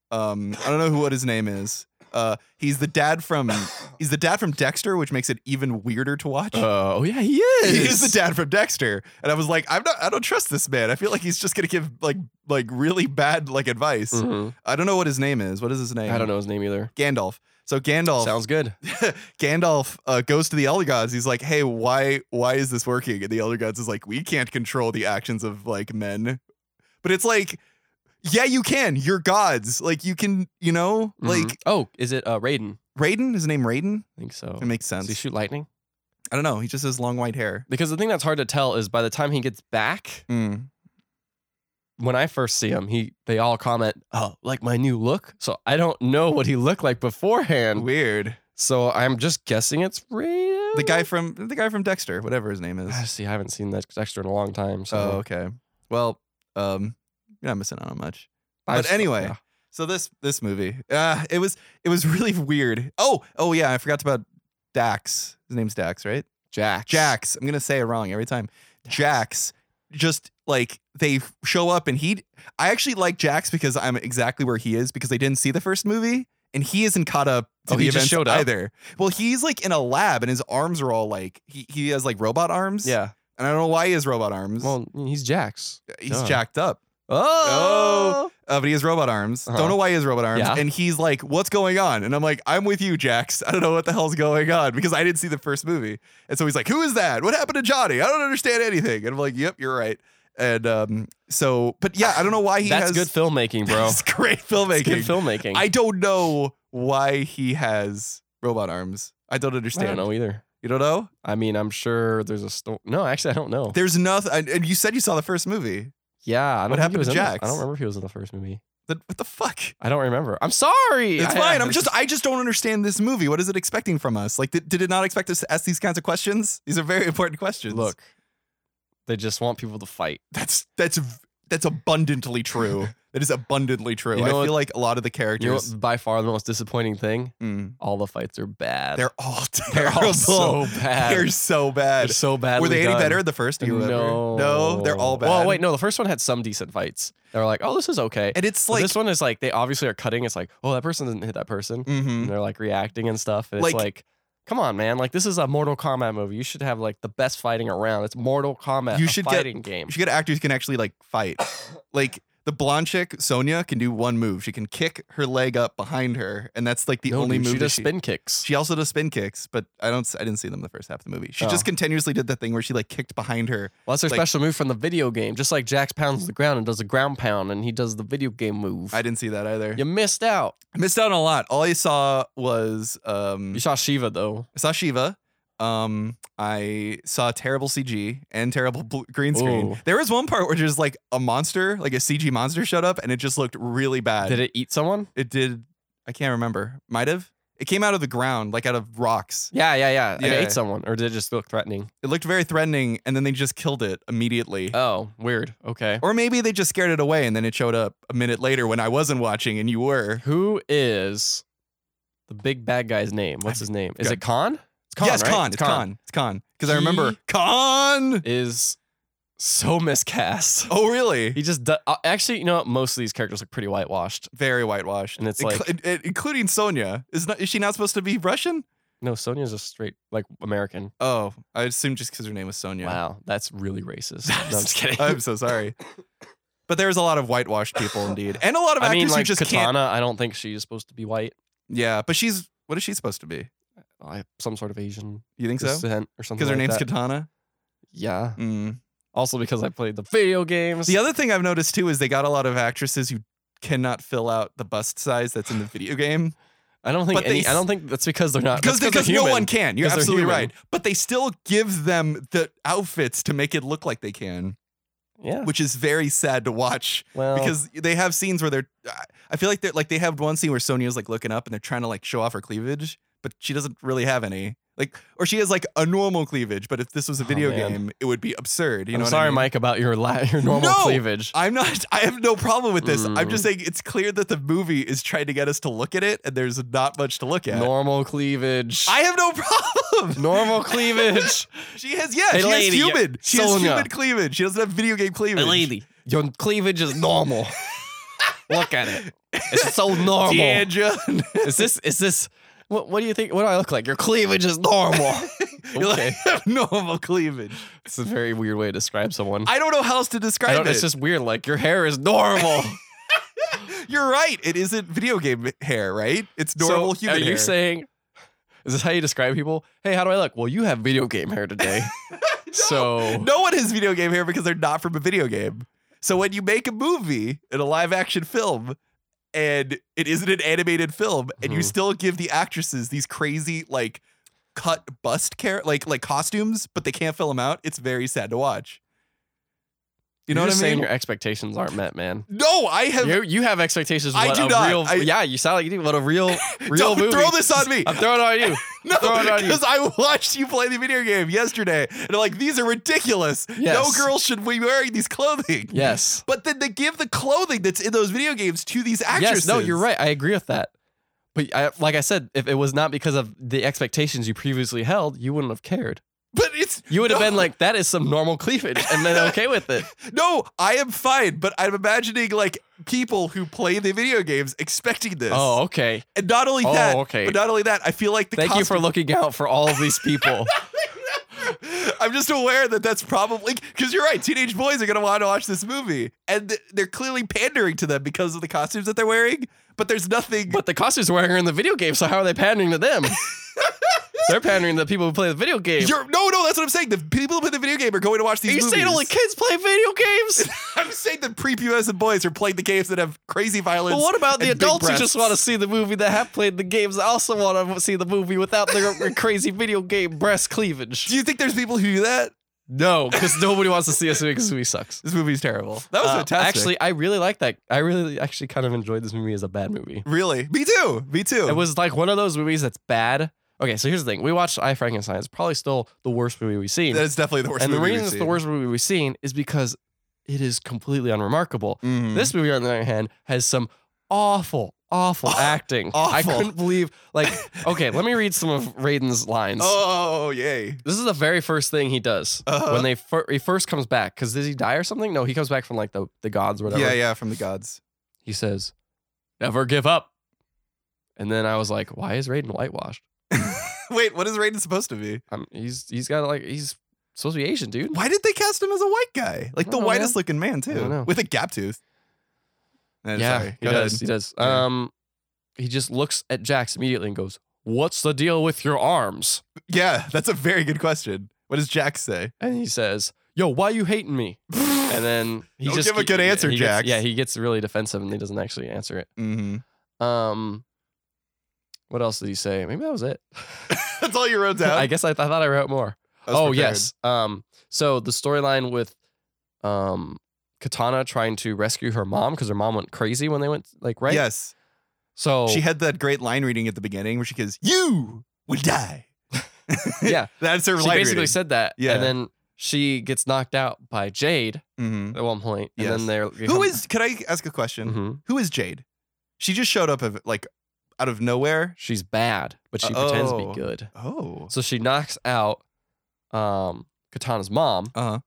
[SPEAKER 1] um, I don't know who what his name is. Uh, he's the dad
[SPEAKER 2] *laughs*
[SPEAKER 1] from, he's the dad from Dexter, which makes it even weirder to watch
[SPEAKER 2] Uh, oh yeah, he
[SPEAKER 1] *laughs* he
[SPEAKER 2] is.
[SPEAKER 1] is the dad from Dexter, and I was like, I'm not, I don't trust this man. I feel like he's just gonna give like like really bad like advice.
[SPEAKER 2] Mhm.
[SPEAKER 1] I don't know what his name is. What is his name?
[SPEAKER 2] I don't know his name either.
[SPEAKER 1] Gandalf. So Gandalf, *laughs*
[SPEAKER 2] Sounds good.
[SPEAKER 1] Gandalf uh, goes to the Elder Gods. He's like, Hey, why why is this working? And the Elder Gods is like, We can't control the actions of like men, but it's like, yeah, you can. You're gods. Like you can, you know,
[SPEAKER 2] Mhm.
[SPEAKER 1] like
[SPEAKER 2] oh, is it uh, Raiden?
[SPEAKER 1] Raiden. His name Raiden.
[SPEAKER 2] I think so.
[SPEAKER 1] If it makes
[SPEAKER 2] Does Oh, he
[SPEAKER 1] sense.
[SPEAKER 2] shoot lightning?
[SPEAKER 1] I don't know. He just has long white hair.
[SPEAKER 2] Because the thing that's hard to tell is by the time he gets back,
[SPEAKER 1] Mm.
[SPEAKER 2] when I first see him, he they all comment, "Oh, like my new look." So I don't know what he looked like beforehand.
[SPEAKER 1] Weird.
[SPEAKER 2] So I'm just guessing it's Raiden.
[SPEAKER 1] The guy from the guy from Dexter, whatever his name is.
[SPEAKER 2] Ah, See, I haven't seen that extra in a long time. So
[SPEAKER 1] Oh, okay. Well, um, you're not missing out on much.
[SPEAKER 2] I
[SPEAKER 1] but
[SPEAKER 2] just-
[SPEAKER 1] anyway.
[SPEAKER 2] yeah.
[SPEAKER 1] So this this movie, uh, it was it was really weird. Oh, oh yeah, I forgot about Dax. His name's Dax, right?
[SPEAKER 2] Jax.
[SPEAKER 1] Jax. I'm gonna say it wrong every time. Jax. Just like they show up and he, I actually like Jax because I'm exactly where he is because they didn't see the first movie and he isn't caught up to
[SPEAKER 2] Oh,
[SPEAKER 1] the
[SPEAKER 2] he just
[SPEAKER 1] events
[SPEAKER 2] showed up?
[SPEAKER 1] either. Well, he's like in a lab and his arms are all like he, he has like robot arms.
[SPEAKER 2] Yeah.
[SPEAKER 1] and I don't know why he has robot arms.
[SPEAKER 2] Well, he's Jax.
[SPEAKER 1] he's
[SPEAKER 2] duh.
[SPEAKER 1] jacked up.
[SPEAKER 2] Oh.
[SPEAKER 1] uh, but he has robot arms.
[SPEAKER 2] Uh-huh.
[SPEAKER 1] Don't know why he has robot arms.
[SPEAKER 2] Yeah.
[SPEAKER 1] And he's like, "What's going on?" And I'm like, "I'm with you, Jax. I don't know what the hell's going on because I didn't see the first movie." And so he's like, "Who is that? What happened to Johnny? I don't understand anything." And I'm like, "Yep, you're right." And um, so, but yeah, I don't know why he
[SPEAKER 2] That's
[SPEAKER 1] has
[SPEAKER 2] good filmmaking,
[SPEAKER 1] *laughs*
[SPEAKER 2] bro.
[SPEAKER 1] That's great
[SPEAKER 2] That's
[SPEAKER 1] filmmaking.
[SPEAKER 2] good filmmaking.
[SPEAKER 1] I don't know why he has robot arms. I don't
[SPEAKER 2] I
[SPEAKER 1] understand.
[SPEAKER 2] don't know either.
[SPEAKER 1] You don't know?
[SPEAKER 2] I mean, I'm sure there's a story. No, actually, I don't know.
[SPEAKER 1] There's nothing. And you said you saw the first movie.
[SPEAKER 2] yeah, I don't
[SPEAKER 1] What
[SPEAKER 2] think he
[SPEAKER 1] happened
[SPEAKER 2] was
[SPEAKER 1] to
[SPEAKER 2] in the-
[SPEAKER 1] Jax?
[SPEAKER 2] I don't remember if he was in the first movie.
[SPEAKER 1] That- What the fuck?
[SPEAKER 2] I don't remember. I'm sorry.
[SPEAKER 1] It's
[SPEAKER 2] I-
[SPEAKER 1] fine. I'm
[SPEAKER 2] it's
[SPEAKER 1] just, I just don't understand this movie. What is it expecting from us? Like, did, did it not expect us to ask these kinds of *laughs* questions? These are very important questions.
[SPEAKER 2] look. They just want people to fight.
[SPEAKER 1] that's that's v- that's abundantly true. That is abundantly true.
[SPEAKER 2] You know
[SPEAKER 1] I
[SPEAKER 2] what-
[SPEAKER 1] feel like a lot of the
[SPEAKER 2] You know,
[SPEAKER 1] characters,
[SPEAKER 2] what, by far the most disappointing thing.
[SPEAKER 1] Mm.
[SPEAKER 2] All the fights are bad.
[SPEAKER 1] they're all *laughs*
[SPEAKER 2] They're
[SPEAKER 1] terrible.
[SPEAKER 2] all so bad.
[SPEAKER 1] They're so
[SPEAKER 2] They're
[SPEAKER 1] bad.
[SPEAKER 2] so bad.
[SPEAKER 1] Were they any better in the first? Do you remember?
[SPEAKER 2] No,
[SPEAKER 1] no, they're all bad.
[SPEAKER 2] Well, wait, no. The first one had some decent fights. They were like, oh, this is okay.
[SPEAKER 1] and it's
[SPEAKER 2] But
[SPEAKER 1] like,
[SPEAKER 2] this one is like they obviously are cutting. It's like, oh, that person didn't hit that person.
[SPEAKER 1] Mhm.
[SPEAKER 2] And they're like reacting and stuff. And it's
[SPEAKER 1] Like-
[SPEAKER 2] like, come on, man. Like this is a Mortal Kombat movie. You should have like the best fighting around. It's Mortal Kombat.
[SPEAKER 1] You
[SPEAKER 2] a
[SPEAKER 1] should get-
[SPEAKER 2] fighting game.
[SPEAKER 1] you should get actors who can actually like
[SPEAKER 2] *coughs*
[SPEAKER 1] fight. like the blonde chick Sonia can do one move. She can kick her leg up behind her, and that's like the
[SPEAKER 2] No,
[SPEAKER 1] only
[SPEAKER 2] dude,
[SPEAKER 1] move.
[SPEAKER 2] She
[SPEAKER 1] that
[SPEAKER 2] does spin kicks.
[SPEAKER 1] She also does spin kicks, but I don't. s- I didn't see them the first half of the movie. She
[SPEAKER 2] Oh.
[SPEAKER 1] just continuously did the thing where she like kicked behind her.
[SPEAKER 2] well, that's her
[SPEAKER 1] like-
[SPEAKER 2] special move from the video game. Just like Jax pounds the ground and does a ground pound, and he does the video game move.
[SPEAKER 1] I Mm-hmm. didn't see that either.
[SPEAKER 2] you missed out.
[SPEAKER 1] I missed out on a lot. All I saw was um,
[SPEAKER 2] You saw Shiva though.
[SPEAKER 1] I saw Shiva. Um, I saw terrible CG and terrible bl- green screen.
[SPEAKER 2] Ooh.
[SPEAKER 1] There was one part where just like a monster, like a CG monster, showed up, and it just looked really bad.
[SPEAKER 2] Did it eat someone?
[SPEAKER 1] It did. I can't remember. Might have. It came out of the ground, like out of rocks.
[SPEAKER 2] Yeah, yeah, yeah.
[SPEAKER 1] Yeah.
[SPEAKER 2] It ate someone, or did it just look threatening?
[SPEAKER 1] It looked very threatening, and then they just killed it immediately.
[SPEAKER 2] Oh, weird. Okay.
[SPEAKER 1] Or maybe they just scared it away and then it showed up a minute later when I wasn't watching and you were.
[SPEAKER 2] Who is the big bad guy's name? What's his name? Is it Khan? It's
[SPEAKER 1] yes,
[SPEAKER 2] right?
[SPEAKER 1] Khan. It's Khan. It's Khan. Because I remember
[SPEAKER 2] He-
[SPEAKER 1] Khan.
[SPEAKER 2] Is so miscast.
[SPEAKER 1] Oh, really?
[SPEAKER 2] *laughs* He just do- uh, actually, you know, what? most of these characters look pretty whitewashed.
[SPEAKER 1] Very whitewashed.
[SPEAKER 2] And it's
[SPEAKER 1] Inclu-
[SPEAKER 2] like-
[SPEAKER 1] in- in- including Sonia. Is not is she not supposed to be Russian?
[SPEAKER 2] No, Sonya's a straight like American.
[SPEAKER 1] Oh, I assume just because her name was Sonia.
[SPEAKER 2] Wow, that's
[SPEAKER 1] *laughs*
[SPEAKER 2] really racist. No, I'm just kidding.
[SPEAKER 1] I'm so
[SPEAKER 2] *laughs*
[SPEAKER 1] sorry. But there's a lot of whitewashed *laughs* people indeed, and a lot of
[SPEAKER 2] I
[SPEAKER 1] actors
[SPEAKER 2] mean, like
[SPEAKER 1] who just can't.
[SPEAKER 2] Katana. I don't think she's supposed to be white.
[SPEAKER 1] Yeah, but she's what is she supposed to be?
[SPEAKER 2] I, some sort of Asian
[SPEAKER 1] You think so?
[SPEAKER 2] descent or something.
[SPEAKER 1] Because her
[SPEAKER 2] like
[SPEAKER 1] name's
[SPEAKER 2] that.
[SPEAKER 1] Katana.
[SPEAKER 2] Yeah.
[SPEAKER 1] Mm.
[SPEAKER 2] Also because I played the video games.
[SPEAKER 1] The other thing I've noticed too is they got a lot of actresses who cannot fill out the bust size that's in the video game
[SPEAKER 2] I don't think
[SPEAKER 1] But they
[SPEAKER 2] any,
[SPEAKER 1] s-
[SPEAKER 2] I don't think that's because they're not
[SPEAKER 1] because
[SPEAKER 2] that's
[SPEAKER 1] because
[SPEAKER 2] Uh,
[SPEAKER 1] no
[SPEAKER 2] they're human.
[SPEAKER 1] one can. You're
[SPEAKER 2] Because they're
[SPEAKER 1] absolutely
[SPEAKER 2] human.
[SPEAKER 1] right. But they still give them the outfits to make it look like they can,
[SPEAKER 2] Yeah.
[SPEAKER 1] which is very sad to watch
[SPEAKER 2] Well,
[SPEAKER 1] because they have scenes where they're. I feel like they're like they have one scene where Sonya's like looking up and they're trying to like show off her cleavage, but she doesn't really have any. Like, or she has like a normal cleavage, but if this was a
[SPEAKER 2] Oh,
[SPEAKER 1] video
[SPEAKER 2] man.
[SPEAKER 1] game, it would be absurd. You
[SPEAKER 2] I'm
[SPEAKER 1] know, what I
[SPEAKER 2] sorry,
[SPEAKER 1] mean?
[SPEAKER 2] Mike, about your la- *laughs* your normal
[SPEAKER 1] No!
[SPEAKER 2] cleavage.
[SPEAKER 1] I'm not. *laughs* I have no problem with this. I'm
[SPEAKER 2] Mm.
[SPEAKER 1] just saying it's clear that the movie is trying to get us to look at it, and there's not much to look at.
[SPEAKER 2] Normal cleavage.
[SPEAKER 1] I have no *laughs* problem.
[SPEAKER 2] *laughs* normal cleavage.
[SPEAKER 1] *laughs* She has yeah.
[SPEAKER 2] Hey,
[SPEAKER 1] she
[SPEAKER 2] lady,
[SPEAKER 1] has human. She has
[SPEAKER 2] Sonia.
[SPEAKER 1] human cleavage. She doesn't have video game cleavage.
[SPEAKER 2] your cleavage is normal. *laughs* look at it.
[SPEAKER 1] *laughs*
[SPEAKER 2] It's so normal.
[SPEAKER 1] Yeah, John.
[SPEAKER 2] Is this is this what what do you think? What do I look like? Your cleavage is
[SPEAKER 1] *laughs*
[SPEAKER 2] normal.
[SPEAKER 1] *laughs* You're like,
[SPEAKER 2] okay.
[SPEAKER 1] normal cleavage.
[SPEAKER 2] It's a very weird way to describe someone.
[SPEAKER 1] I don't know how else to describe
[SPEAKER 2] I don't,
[SPEAKER 1] it.
[SPEAKER 2] it's just weird. Like your hair is normal.
[SPEAKER 1] You're right. It isn't video game hair, right? It's *laughs* normal
[SPEAKER 2] so
[SPEAKER 1] human
[SPEAKER 2] Are you
[SPEAKER 1] hair.
[SPEAKER 2] saying is this how you describe people? Hey, how do I look? Well, you have video game hair today.
[SPEAKER 1] *laughs*
[SPEAKER 2] So
[SPEAKER 1] no one has video game hair because they're not from a video game. So when you make a movie in a live action film and it isn't an animated film and you
[SPEAKER 2] Mhm.
[SPEAKER 1] still give the actresses these crazy like cut bust care like like costumes but they can't fill them out, it's very sad to watch. You know
[SPEAKER 2] You're
[SPEAKER 1] what I
[SPEAKER 2] just
[SPEAKER 1] mean?
[SPEAKER 2] Saying your expectations aren't met, man.
[SPEAKER 1] no, I have
[SPEAKER 2] You, you have expectations. Of
[SPEAKER 1] I
[SPEAKER 2] what
[SPEAKER 1] do
[SPEAKER 2] a
[SPEAKER 1] not.
[SPEAKER 2] Real,
[SPEAKER 1] I-
[SPEAKER 2] yeah, you sound like you do. What
[SPEAKER 1] *laughs*
[SPEAKER 2] a real, real
[SPEAKER 1] Don't
[SPEAKER 2] movie.
[SPEAKER 1] throw this on me.
[SPEAKER 2] I'm throwing it on
[SPEAKER 1] *laughs*
[SPEAKER 2] you.
[SPEAKER 1] *laughs* No,
[SPEAKER 2] throw it on you.
[SPEAKER 1] because I watched you play the video game yesterday, and I'm like, these are ridiculous.
[SPEAKER 2] Yes.
[SPEAKER 1] No girl should be wearing these clothing.
[SPEAKER 2] Yes.
[SPEAKER 1] But then they give the clothing that's in those video games to these actresses.
[SPEAKER 2] Yes. No, you're right. I agree with that. But I, like I said, if it was not because of the expectations you previously held, you wouldn't have cared.
[SPEAKER 1] But it's
[SPEAKER 2] You would have
[SPEAKER 1] No.
[SPEAKER 2] been like, "That is some normal cleavage,"
[SPEAKER 1] *laughs*
[SPEAKER 2] and then okay with it.
[SPEAKER 1] no, I am fine, but I'm imagining like people who play the video games expecting this.
[SPEAKER 2] Oh, okay.
[SPEAKER 1] and not only
[SPEAKER 2] Oh,
[SPEAKER 1] that,
[SPEAKER 2] okay.
[SPEAKER 1] but not only that, I feel like the
[SPEAKER 2] Thank you for looking out for all of these
[SPEAKER 1] *laughs*
[SPEAKER 2] people.
[SPEAKER 1] costume- *laughs* I'm just aware that that's probably because you're right. Teenage boys are gonna want to watch this movie, and th- they're clearly pandering to them because of the costumes that they're wearing. But there's nothing.
[SPEAKER 2] But the costumes wearing are in the video game, so how are they pandering
[SPEAKER 1] *laughs*
[SPEAKER 2] to them? They're pandering to the people who play the video game.
[SPEAKER 1] you're, no, no, that's what I'm saying. The people who play the video game are going to watch these.
[SPEAKER 2] Are you
[SPEAKER 1] movies.
[SPEAKER 2] saying only kids play video games?
[SPEAKER 1] I'm saying that prepubescent boys are playing the games that have crazy violence.
[SPEAKER 2] But what about the
[SPEAKER 1] and big
[SPEAKER 2] adults who
[SPEAKER 1] breasts?
[SPEAKER 2] just want to see the movie that have played the games that also want to see the movie without *laughs* their crazy video game breast cleavage?
[SPEAKER 1] Do you think there's people who do that?
[SPEAKER 2] *laughs* No, because nobody wants to see us because we sucks.
[SPEAKER 1] This movie's terrible. That was
[SPEAKER 2] Uh,
[SPEAKER 1] fantastic.
[SPEAKER 2] Actually, I really like that. I really actually kind of enjoyed this movie as a bad movie.
[SPEAKER 1] really, me too. Me too.
[SPEAKER 2] It was like one of those movies that's bad. Okay, so here's the thing. We watched I Frankenstein. It's probably still the worst movie we've seen.
[SPEAKER 1] That is definitely the worst.
[SPEAKER 2] and the
[SPEAKER 1] movie
[SPEAKER 2] reason
[SPEAKER 1] we've
[SPEAKER 2] it's the
[SPEAKER 1] seen.
[SPEAKER 2] worst movie we've seen is because it is completely unremarkable.
[SPEAKER 1] Mhm. *laughs*
[SPEAKER 2] This movie, on the other hand, has some awful, awful
[SPEAKER 1] Aw-
[SPEAKER 2] acting. I
[SPEAKER 1] Ah, awful.
[SPEAKER 2] couldn't believe,
[SPEAKER 1] *laughs*
[SPEAKER 2] like, okay, let me read some of Raiden's lines.
[SPEAKER 1] oh yay.
[SPEAKER 2] This is the very first thing he does
[SPEAKER 1] Uh-huh.
[SPEAKER 2] when they fir- he first comes back. Because does he die or something? No, he comes back from like the, the gods or whatever.
[SPEAKER 1] Yeah, yeah, from the gods. *laughs*
[SPEAKER 2] He says, "Never give up." And then I was like, "Why is Raiden whitewashed?
[SPEAKER 1] Wait, what is Raiden supposed to be?
[SPEAKER 2] Um, he's he's got like he's supposed to be Asian, dude.
[SPEAKER 1] Why did they cast him as a white guy? Like the
[SPEAKER 2] don't know, man.
[SPEAKER 1] whitest looking man
[SPEAKER 2] don't know.
[SPEAKER 1] too, with a gap tooth. Eh,
[SPEAKER 2] yeah,
[SPEAKER 1] sorry.
[SPEAKER 2] he
[SPEAKER 1] Go
[SPEAKER 2] does.
[SPEAKER 1] ahead.
[SPEAKER 2] He does.
[SPEAKER 1] Yeah.
[SPEAKER 2] Um, he just looks at Jax immediately and goes, "What's the deal with your arms?"
[SPEAKER 1] Yeah, that's a very good question. What does Jack say?
[SPEAKER 2] And he says, "Yo, why you hating me?" And
[SPEAKER 1] *laughs*
[SPEAKER 2] then he
[SPEAKER 1] Don't
[SPEAKER 2] just
[SPEAKER 1] give a good
[SPEAKER 2] he-
[SPEAKER 1] answer,
[SPEAKER 2] he gets-
[SPEAKER 1] Jax.
[SPEAKER 2] yeah, he gets really defensive and he doesn't actually answer it.
[SPEAKER 1] hmm
[SPEAKER 2] Um, what else did he say? Maybe that was it.
[SPEAKER 1] *laughs* That's all you wrote down.
[SPEAKER 2] *laughs* I guess I, th- I thought I wrote more.
[SPEAKER 1] I was
[SPEAKER 2] oh
[SPEAKER 1] prepared.
[SPEAKER 2] yes. Um, so the storyline with um Katana trying to rescue her mom because her mom went crazy when they went like right. Oh.
[SPEAKER 1] Yes.
[SPEAKER 2] So
[SPEAKER 1] She had that great line reading at the beginning where she goes, "You will die."
[SPEAKER 2] *laughs* *laughs*
[SPEAKER 1] *laughs*
[SPEAKER 2] Yeah.
[SPEAKER 1] that's her
[SPEAKER 2] she
[SPEAKER 1] line
[SPEAKER 2] basically
[SPEAKER 1] reading.
[SPEAKER 2] said that.
[SPEAKER 1] Yeah.
[SPEAKER 2] And then she gets knocked out by Jade
[SPEAKER 1] Mhm.
[SPEAKER 2] at one point, And
[SPEAKER 1] Yes.
[SPEAKER 2] then they're
[SPEAKER 1] Who is? Could I ask a question?
[SPEAKER 2] Mhm.
[SPEAKER 1] Who is Jade? She just showed up of like out of nowhere.
[SPEAKER 2] She's bad, but she pretends to
[SPEAKER 1] Oh.
[SPEAKER 2] be good.
[SPEAKER 1] Oh.
[SPEAKER 2] So she knocks out um, Katana's mom,
[SPEAKER 1] Uh huh.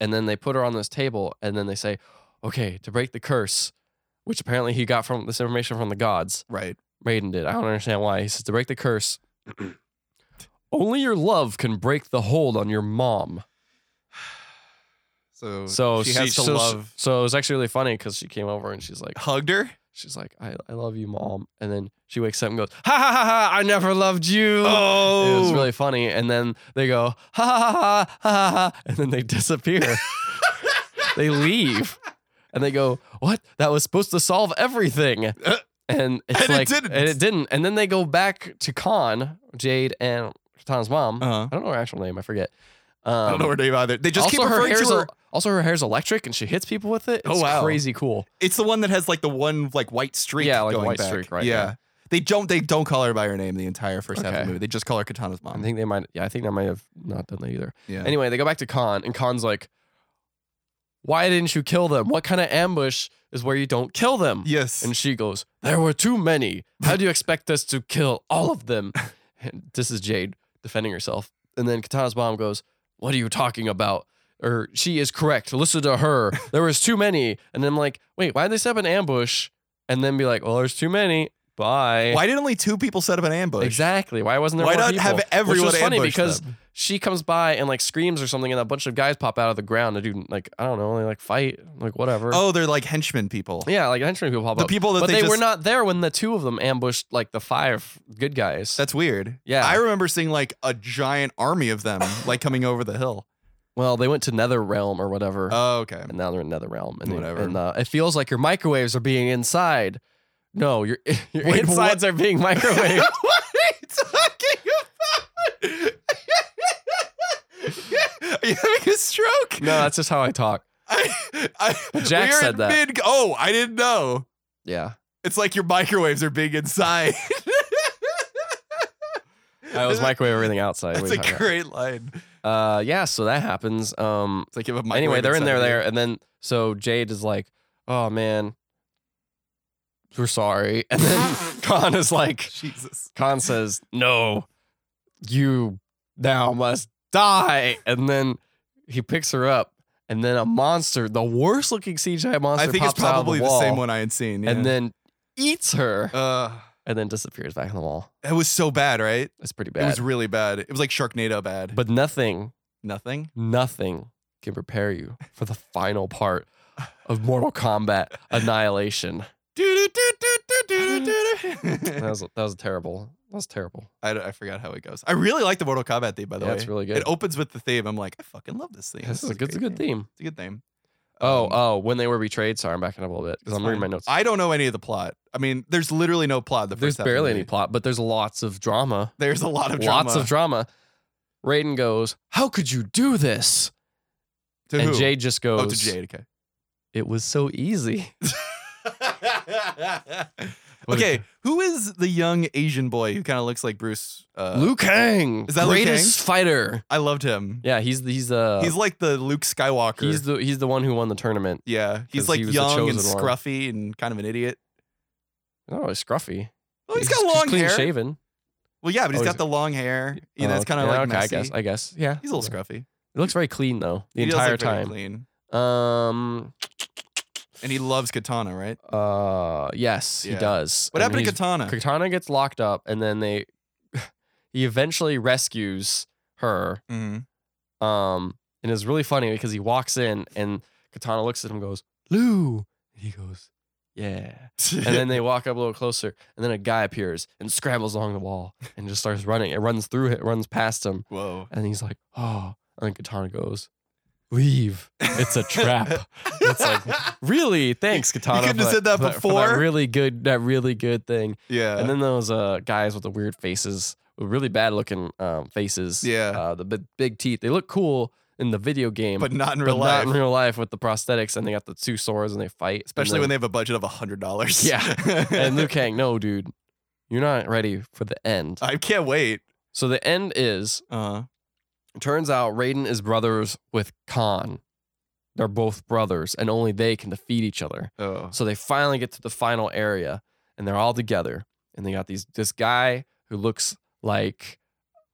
[SPEAKER 2] and then they put her on this table, and then they say, "Okay, to break the curse," which apparently he got from this information from the gods.
[SPEAKER 1] Right.
[SPEAKER 2] Raiden did. I don't understand why. He says to break
[SPEAKER 1] *clears throat*
[SPEAKER 2] the curse. Only your love can break the hold on your mom.
[SPEAKER 1] So
[SPEAKER 2] So
[SPEAKER 1] she has to
[SPEAKER 2] so
[SPEAKER 1] love.
[SPEAKER 2] So it was actually really funny because she came over and she's like,
[SPEAKER 1] Hugged her.
[SPEAKER 2] she's like, I, I love you, mom. And then she wakes up and goes, ha ha ha ha, I never loved you.
[SPEAKER 1] Oh.
[SPEAKER 2] It was really funny. And then they go, ha ha ha ha ha ha, and then
[SPEAKER 1] *laughs*
[SPEAKER 2] they disappear. they leave. And they go, what? That was supposed to solve everything. And it's
[SPEAKER 1] Uh, And it
[SPEAKER 2] like,
[SPEAKER 1] didn't.
[SPEAKER 2] and it didn't. And then they go back to Khan, Jade, and Katana's mom.
[SPEAKER 1] Uh-huh.
[SPEAKER 2] I don't know her actual name. I forget. Um,
[SPEAKER 1] I don't know her name either. They just
[SPEAKER 2] also,
[SPEAKER 1] keep
[SPEAKER 2] her
[SPEAKER 1] referring
[SPEAKER 2] hair's
[SPEAKER 1] to her.
[SPEAKER 2] el- also, her hair's electric, and she hits people with it.
[SPEAKER 1] Oh,
[SPEAKER 2] It's
[SPEAKER 1] wow.
[SPEAKER 2] crazy cool.
[SPEAKER 1] It's the one that has like the one like white streak.
[SPEAKER 2] Yeah, like
[SPEAKER 1] going
[SPEAKER 2] white
[SPEAKER 1] back.
[SPEAKER 2] streak, right,
[SPEAKER 1] Yeah.
[SPEAKER 2] yeah.
[SPEAKER 1] They don't. They don't call her by her name the entire first half of
[SPEAKER 2] Okay.
[SPEAKER 1] the movie. They just call her Katana's mom.
[SPEAKER 2] I think they might. Yeah, I think they might have not done that either.
[SPEAKER 1] yeah.
[SPEAKER 2] Anyway, they go back to Khan, and Khan's like, "Why didn't you kill them? What kind of ambush is where you don't kill them?"
[SPEAKER 1] yes.
[SPEAKER 2] And she goes, "There were too many. How do you expect us to kill all of
[SPEAKER 1] *laughs*
[SPEAKER 2] them?" And this is Jade defending herself, and then Katana's mom goes, "What are you talking about?" Or she is correct. Listen to
[SPEAKER 1] *laughs*
[SPEAKER 2] her. There was too many, and I'm like, "Wait, why did they set up an ambush?" And then be like, "Well, there's too many. Bye."
[SPEAKER 1] Why did only two people set up an ambush?
[SPEAKER 2] Exactly. Why wasn't there
[SPEAKER 1] Why
[SPEAKER 2] more
[SPEAKER 1] not
[SPEAKER 2] people?
[SPEAKER 1] have everyone
[SPEAKER 2] Which was funny
[SPEAKER 1] ambush
[SPEAKER 2] because
[SPEAKER 1] them?
[SPEAKER 2] she comes by and like screams or something, and a bunch of guys pop out of the ground to do like I don't know, they like fight, like whatever.
[SPEAKER 1] Oh, they're like henchmen people.
[SPEAKER 2] yeah, like henchmen people pop
[SPEAKER 1] The
[SPEAKER 2] up.
[SPEAKER 1] people that
[SPEAKER 2] but
[SPEAKER 1] they,
[SPEAKER 2] they, were
[SPEAKER 1] just-
[SPEAKER 2] not there when the two of them ambushed like the five good guys.
[SPEAKER 1] That's weird.
[SPEAKER 2] Yeah.
[SPEAKER 1] I remember seeing like a giant army of them like coming over the hill.
[SPEAKER 2] well, they went to Nether Realm or whatever,
[SPEAKER 1] Oh, okay. *laughs*
[SPEAKER 2] and now they're in Nether Realm. And they-
[SPEAKER 1] Whatever.
[SPEAKER 2] and, uh, it feels like your microwaves are being inside. No, your *laughs* your
[SPEAKER 1] Wait,
[SPEAKER 2] insides
[SPEAKER 1] *laughs*
[SPEAKER 2] are being microwaved.
[SPEAKER 1] what are you talking about? are you having a stroke?
[SPEAKER 2] no, that's just how I talk.
[SPEAKER 1] I, I,
[SPEAKER 2] Jack
[SPEAKER 1] we're
[SPEAKER 2] said
[SPEAKER 1] in
[SPEAKER 2] that.
[SPEAKER 1] Mid, oh, I didn't know.
[SPEAKER 2] Yeah,
[SPEAKER 1] It's like your microwaves are being
[SPEAKER 2] *laughs*
[SPEAKER 1] inside.
[SPEAKER 2] I was microwave everything outside. Oh, What
[SPEAKER 1] That's
[SPEAKER 2] are
[SPEAKER 1] a
[SPEAKER 2] you talking about?
[SPEAKER 1] great line.
[SPEAKER 2] Uh, yeah, so that happens. Um,
[SPEAKER 1] It's like you have a microwave.
[SPEAKER 2] anyway, they're in
[SPEAKER 1] inside
[SPEAKER 2] there,
[SPEAKER 1] of you.
[SPEAKER 2] there, and then so Jade is like, "Oh man, we're sorry," *laughs* and then Khan is like, *laughs*
[SPEAKER 1] Jesus.
[SPEAKER 2] Khan says, "No, you now must die," and then he picks her up, and then a monster, the worst looking CGI monster,
[SPEAKER 1] I think it's
[SPEAKER 2] pops out of
[SPEAKER 1] probably the,
[SPEAKER 2] wall,
[SPEAKER 1] same one I had seen. yeah.
[SPEAKER 2] and then eats her,
[SPEAKER 1] uh,
[SPEAKER 2] and then disappears back in the wall.
[SPEAKER 1] that was so bad, right?
[SPEAKER 2] It's pretty
[SPEAKER 1] It
[SPEAKER 2] bad,
[SPEAKER 1] was really bad. It was like Sharknado bad.
[SPEAKER 2] but nothing *laughs*
[SPEAKER 1] nothing.
[SPEAKER 2] nothing can prepare you for the final part of Mortal Kombat
[SPEAKER 1] *laughs*
[SPEAKER 2] Annihilation. That
[SPEAKER 1] I,
[SPEAKER 2] was that was terrible. That was terrible.
[SPEAKER 1] I forgot how it goes. I really like the Mortal Kombat theme, by the
[SPEAKER 2] Yeah,
[SPEAKER 1] way.
[SPEAKER 2] it's really good.
[SPEAKER 1] It opens with the theme. I'm like, I fucking love this theme.
[SPEAKER 2] This is a good, it's a
[SPEAKER 1] great
[SPEAKER 2] good theme.
[SPEAKER 1] It's a good Um, theme.
[SPEAKER 2] Oh,
[SPEAKER 1] Um,
[SPEAKER 2] oh, when they were betrayed. Sorry, I'm backing up a little bit because
[SPEAKER 1] it's
[SPEAKER 2] I'm reading my
[SPEAKER 1] fine.
[SPEAKER 2] notes.
[SPEAKER 1] I don't know any of the plot. I mean, there's literally no plot. in The
[SPEAKER 2] there's
[SPEAKER 1] first half of the
[SPEAKER 2] barely any
[SPEAKER 1] movie.
[SPEAKER 2] plot, but there's lots of drama.
[SPEAKER 1] There's a lot *laughs* of drama.
[SPEAKER 2] Lots of drama. Raiden goes, "How could you do this?"
[SPEAKER 1] To
[SPEAKER 2] and
[SPEAKER 1] who?
[SPEAKER 2] Jade just goes,
[SPEAKER 1] Oh, to Jade. Okay.
[SPEAKER 2] "It was so easy." *laughs* What is
[SPEAKER 1] *laughs* okay, who is the young Asian boy who kind of looks like Bruce? Uh,
[SPEAKER 2] *laughs* Liu Kang,
[SPEAKER 1] Is that Liu
[SPEAKER 2] greatest fighter.
[SPEAKER 1] I loved him.
[SPEAKER 2] Yeah, he's the, he's the
[SPEAKER 1] he's like the Luke Skywalker.
[SPEAKER 2] he's the he's the one who won the tournament.
[SPEAKER 1] yeah,
[SPEAKER 2] 'cause
[SPEAKER 1] he's like
[SPEAKER 2] he was the
[SPEAKER 1] young and
[SPEAKER 2] chosen one.
[SPEAKER 1] scruffy and kind of an idiot.
[SPEAKER 2] Oh, he's scruffy.
[SPEAKER 1] Oh, he's got long
[SPEAKER 2] clean
[SPEAKER 1] hair.
[SPEAKER 2] shaven.
[SPEAKER 1] Well, yeah, but he's
[SPEAKER 2] Oh,
[SPEAKER 1] got
[SPEAKER 2] he's-
[SPEAKER 1] the long hair. You know,
[SPEAKER 2] Oh,
[SPEAKER 1] it's kind of
[SPEAKER 2] yeah,
[SPEAKER 1] like
[SPEAKER 2] okay,
[SPEAKER 1] messy.
[SPEAKER 2] I guess. I guess. Yeah,
[SPEAKER 1] He's a little scruffy.
[SPEAKER 2] It looks very clean though the
[SPEAKER 1] He does
[SPEAKER 2] entire
[SPEAKER 1] look very
[SPEAKER 2] time.
[SPEAKER 1] clean.
[SPEAKER 2] Um.
[SPEAKER 1] And he loves Katana, right?
[SPEAKER 2] Uh. Yes, he
[SPEAKER 1] Yeah.
[SPEAKER 2] does.
[SPEAKER 1] What
[SPEAKER 2] And
[SPEAKER 1] happened to
[SPEAKER 2] he's-
[SPEAKER 1] Katana?
[SPEAKER 2] Katana gets locked up, and then they *laughs* he eventually rescues her.
[SPEAKER 1] Mhm.
[SPEAKER 2] Um. And it's really funny because he walks in and Katana looks at him, and goes, "Lou," and he goes, "Yeah." and
[SPEAKER 1] *laughs*
[SPEAKER 2] then they walk up a little closer, and then a guy appears and scrambles along the wall and just starts running. It runs through it, runs past him,
[SPEAKER 1] whoa,
[SPEAKER 2] and he's like, "Oh!" And then Katana goes, "Leave! It's a trap." It's like- *laughs* really?
[SPEAKER 1] *laughs*
[SPEAKER 2] Thanks, Katana.
[SPEAKER 1] couldn't
[SPEAKER 2] for
[SPEAKER 1] have said that
[SPEAKER 2] for for
[SPEAKER 1] before.
[SPEAKER 2] that really good, that really good thing.
[SPEAKER 1] *laughs* yeah,
[SPEAKER 2] and then those uh, guys with the weird faces, with really bad looking um, faces.
[SPEAKER 1] Yeah.
[SPEAKER 2] Uh, the big, big teeth. They look cool in the video game,
[SPEAKER 1] but not in
[SPEAKER 2] but
[SPEAKER 1] real
[SPEAKER 2] not
[SPEAKER 1] life.
[SPEAKER 2] in real life with the prosthetics, and they got the two swords and they fight. and
[SPEAKER 1] Especially
[SPEAKER 2] then-
[SPEAKER 1] when they have a budget of hundred dollars.
[SPEAKER 2] Yeah. *laughs* and
[SPEAKER 1] *laughs*
[SPEAKER 2] Liu Kang, no, dude, you're not ready for the end.
[SPEAKER 1] I can't wait.
[SPEAKER 2] So the end is,
[SPEAKER 1] Uh,
[SPEAKER 2] it turns out Raiden is brothers with Khan. They're both brothers, and only they can defeat each other.
[SPEAKER 1] oh,
[SPEAKER 2] So they finally get to the final area, and they're all together, and they got these this guy who looks like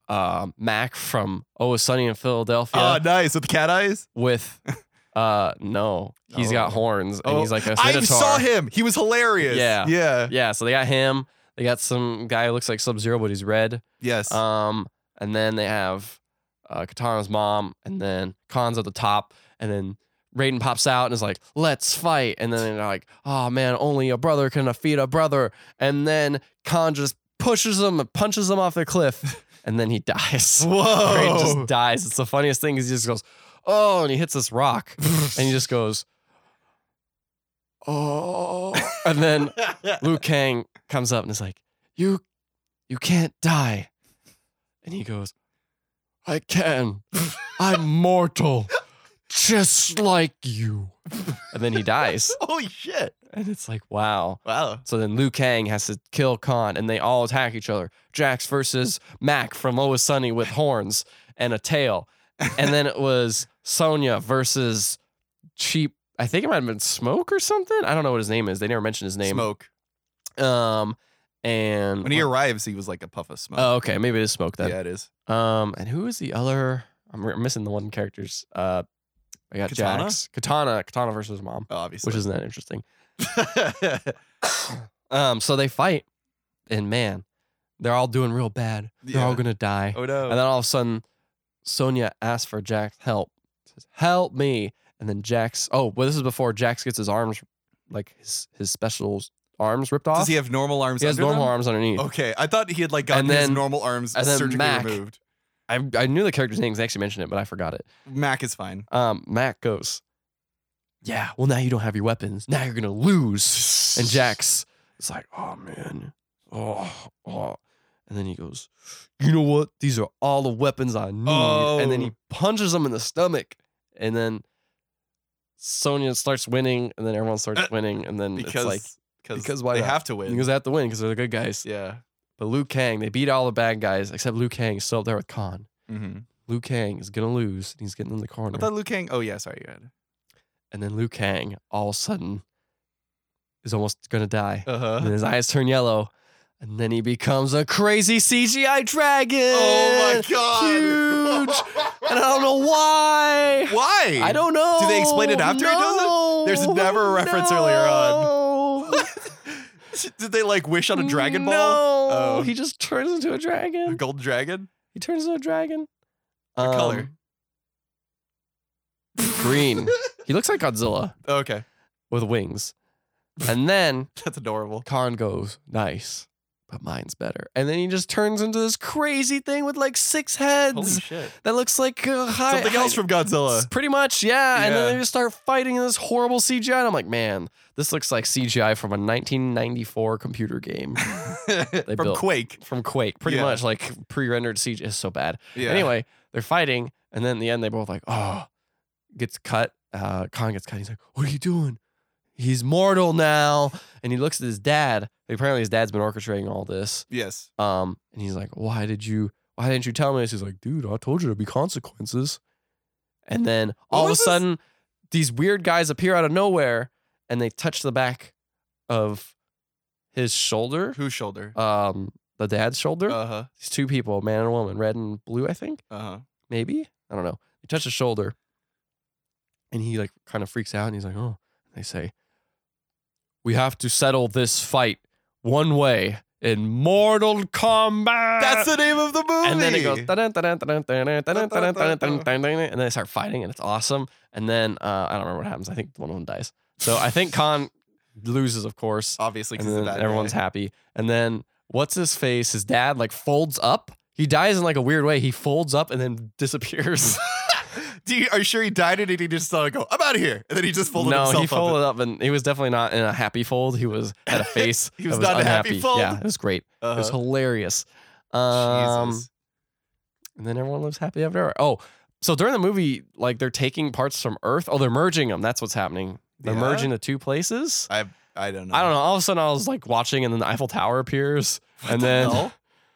[SPEAKER 2] uh, Mac from Oh It's Sunny in Philadelphia
[SPEAKER 1] oh, nice with the cat eyes. *laughs*
[SPEAKER 2] with. Uh no, he's
[SPEAKER 1] Oh.
[SPEAKER 2] got horns and he's
[SPEAKER 1] Oh,
[SPEAKER 2] like a
[SPEAKER 1] I
[SPEAKER 2] minotaur.
[SPEAKER 1] saw him. He was hilarious.
[SPEAKER 2] Yeah.
[SPEAKER 1] yeah,
[SPEAKER 2] Yeah, so they got him. They got some guy who looks like Sub Zero, but he's red.
[SPEAKER 1] yes. *laughs*
[SPEAKER 2] Um, and then they have uh, Katana's mom, and then Khan's at the top, and then Raiden pops out and is like, "Let's fight!" And then they're like, "Oh man, only a brother can defeat a brother." And then Khan just pushes him and punches him off
[SPEAKER 1] *laughs*
[SPEAKER 2] the cliff, and then he dies. *laughs* Raiden
[SPEAKER 1] Whoa.
[SPEAKER 2] just dies. It's the funniest thing is he just goes, "Oh," and he hits this rock, and he just goes, "Oh," and then Liu Kang comes up and is like, "You, you can't die," and he goes, "I can. I'm mortal, just like you." And then
[SPEAKER 1] *laughs*
[SPEAKER 2] he dies,
[SPEAKER 1] *laughs* Holy shit!
[SPEAKER 2] and it's like, wow.
[SPEAKER 1] Wow.
[SPEAKER 2] So then Liu Kang has to kill Khan, and they all attack each other. Jax versus Mac from Always Sunny with horns and a tail, and then it was Sonya versus Cheap. I think it might have been Smoke or something. I don't know what his name is. They never mentioned his name.
[SPEAKER 1] Smoke.
[SPEAKER 2] Um, and
[SPEAKER 1] When he arrives, he was like a puff of smoke.
[SPEAKER 2] oh, okay, maybe it is Smoke then.
[SPEAKER 1] yeah, it is.
[SPEAKER 2] Um, and who is the other? I'm re- missing the one characters. Uh, I got
[SPEAKER 1] Katana?
[SPEAKER 2] Jax, Katana, Katana versus Mom,
[SPEAKER 1] Obviously.
[SPEAKER 2] which isn't that interesting. um, so they fight, and man, they're all doing real bad. They're all
[SPEAKER 1] Yeah.
[SPEAKER 2] gonna die.
[SPEAKER 1] *laughs* oh no.
[SPEAKER 2] And then all of a sudden, Sonya asks for Jack's help. Says, "Help me!" And then Jax. Oh, well, this is before Jax gets his arms, like his his special arms ripped off.
[SPEAKER 1] Does he have normal arms?
[SPEAKER 2] He has
[SPEAKER 1] under
[SPEAKER 2] normal
[SPEAKER 1] them?
[SPEAKER 2] arms underneath.
[SPEAKER 1] Okay, I thought he had like gotten
[SPEAKER 2] And
[SPEAKER 1] his
[SPEAKER 2] then-
[SPEAKER 1] normal arms
[SPEAKER 2] and then
[SPEAKER 1] surgically
[SPEAKER 2] Mac.
[SPEAKER 1] removed.
[SPEAKER 2] I, I knew the character's name 'cause they actually mentioned it, but I forgot it.
[SPEAKER 1] Mac is fine.
[SPEAKER 2] Um, Mac goes, Yeah, well, now you don't have your weapons. Now you're going to lose. And
[SPEAKER 1] *laughs*
[SPEAKER 2] Jax is like, Oh, man. Oh, oh. And then he goes, You know what? These are all the weapons I need. And then he
[SPEAKER 1] Oh.
[SPEAKER 2] punches him in the stomach. And then Sonya starts winning. And then everyone starts
[SPEAKER 1] Uh,
[SPEAKER 2] winning. And then
[SPEAKER 1] Because
[SPEAKER 2] it's like, because why
[SPEAKER 1] they
[SPEAKER 2] not?
[SPEAKER 1] have to win.
[SPEAKER 2] Because they have to win because they're the good guys.
[SPEAKER 1] yeah.
[SPEAKER 2] But Liu Kang, they beat all the bad guys except Liu Kang, is still up there with Khan.
[SPEAKER 1] hmm
[SPEAKER 2] Liu Kang is gonna lose, and he's getting in the corner.
[SPEAKER 1] I thought Liu Kang. Oh yeah, sorry. You had.
[SPEAKER 2] and then Liu Kang, all of a sudden, is almost gonna die.
[SPEAKER 1] Uh
[SPEAKER 2] and then
[SPEAKER 1] huh.
[SPEAKER 2] his eyes turn yellow, and then he becomes a crazy CGI
[SPEAKER 1] *laughs*
[SPEAKER 2] dragon.
[SPEAKER 1] Oh my god. *laughs*
[SPEAKER 2] Huge. and I don't know why.
[SPEAKER 1] Why? *laughs*
[SPEAKER 2] I don't know.
[SPEAKER 1] Do they explain it after he does it?
[SPEAKER 2] no.
[SPEAKER 1] There's never a reference earlier on.
[SPEAKER 2] No.
[SPEAKER 1] Did they like wish *laughs* on a dragon
[SPEAKER 2] no.
[SPEAKER 1] ball? Oh.
[SPEAKER 2] He just turns into a
[SPEAKER 1] A
[SPEAKER 2] dragon.
[SPEAKER 1] gold dragon?
[SPEAKER 2] He turns into a dragon.
[SPEAKER 1] What color?
[SPEAKER 2] Um, Green. He looks like Godzilla
[SPEAKER 1] *laughs* okay.
[SPEAKER 2] with wings. And then
[SPEAKER 1] That's adorable.
[SPEAKER 2] Khan goes, nice, but mine's better. And then he just turns into this crazy thing with like six heads
[SPEAKER 1] Holy shit.
[SPEAKER 2] that looks like a high.
[SPEAKER 1] Something else from Godzilla. *laughs*
[SPEAKER 2] Pretty much, yeah. And
[SPEAKER 1] Yeah.
[SPEAKER 2] then they just start fighting in this horrible CGI. And I'm like, man, this looks like CGI from a 1994 computer game
[SPEAKER 1] from
[SPEAKER 2] built-
[SPEAKER 1] Quake.
[SPEAKER 2] from Quake. Pretty
[SPEAKER 1] Yeah.
[SPEAKER 2] much like pre rendered CGI. It's so bad.
[SPEAKER 1] Yeah.
[SPEAKER 2] Anyway, they're fighting, and then in the end, they both like, oh, gets cut. Uh, Khan gets cut. He's like, what are you doing? he's mortal now. And he looks at his dad. Apparently, his dad's been orchestrating all this.
[SPEAKER 1] Yes.
[SPEAKER 2] Um, and he's like, "Why did you? Why didn't you tell me this?" He's like, "Dude, I told you there'd be consequences." And then all of a
[SPEAKER 1] was this?
[SPEAKER 2] sudden, these weird guys appear out of nowhere, and they touch the back of his shoulder,
[SPEAKER 1] Whose shoulder?
[SPEAKER 2] um, the dad's shoulder.
[SPEAKER 1] Uh huh.
[SPEAKER 2] these two people, a man and a woman, red and blue, I think
[SPEAKER 1] Uh huh.
[SPEAKER 2] maybe I don't know. They touch his shoulder, and he like kind of freaks out, and he's like, "Oh." They say, "We have to settle this fight one way in Mortal Kombat."
[SPEAKER 1] That's the name of the movie.
[SPEAKER 2] and then it goes, "Dun, dun, dun, dun, dun, dun, dun, dun, dun, dun, dun, dun," and then they start fighting, and it's awesome. And then uh, I don't remember what happens. I think one of them dies. So I think Khan loses, of course
[SPEAKER 1] Obviously, because
[SPEAKER 2] and then everyone's happy. And then what's his face? His dad like folds up. He dies in like a weird way. He folds up and then *laughs* disappears.
[SPEAKER 1] Do you, are you sure he died it and he just saw it go? I'm out of here, and then *laughs* he just folded
[SPEAKER 2] no,
[SPEAKER 1] himself
[SPEAKER 2] he folded up and he was definitely not in a happy fold. He was
[SPEAKER 1] *laughs*
[SPEAKER 2] had a face.
[SPEAKER 1] He was
[SPEAKER 2] that
[SPEAKER 1] not in a happy
[SPEAKER 2] unhappy.
[SPEAKER 1] fold?
[SPEAKER 2] Yeah, it was great.
[SPEAKER 1] up.
[SPEAKER 2] It was
[SPEAKER 1] Uh-huh.
[SPEAKER 2] hilarious. Um,
[SPEAKER 1] Jesus.
[SPEAKER 2] and then everyone lives happy ever after. Oh, so during the movie, like they're taking parts from Earth. Oh, they're merging them. That's what's happening. They're
[SPEAKER 1] Yeah?
[SPEAKER 2] merging the two places.
[SPEAKER 1] I I don't know.
[SPEAKER 2] I don't know. All of a sudden, I was like watching, and then the Eiffel Tower appears,
[SPEAKER 1] What
[SPEAKER 2] and
[SPEAKER 1] the
[SPEAKER 2] then
[SPEAKER 1] hell?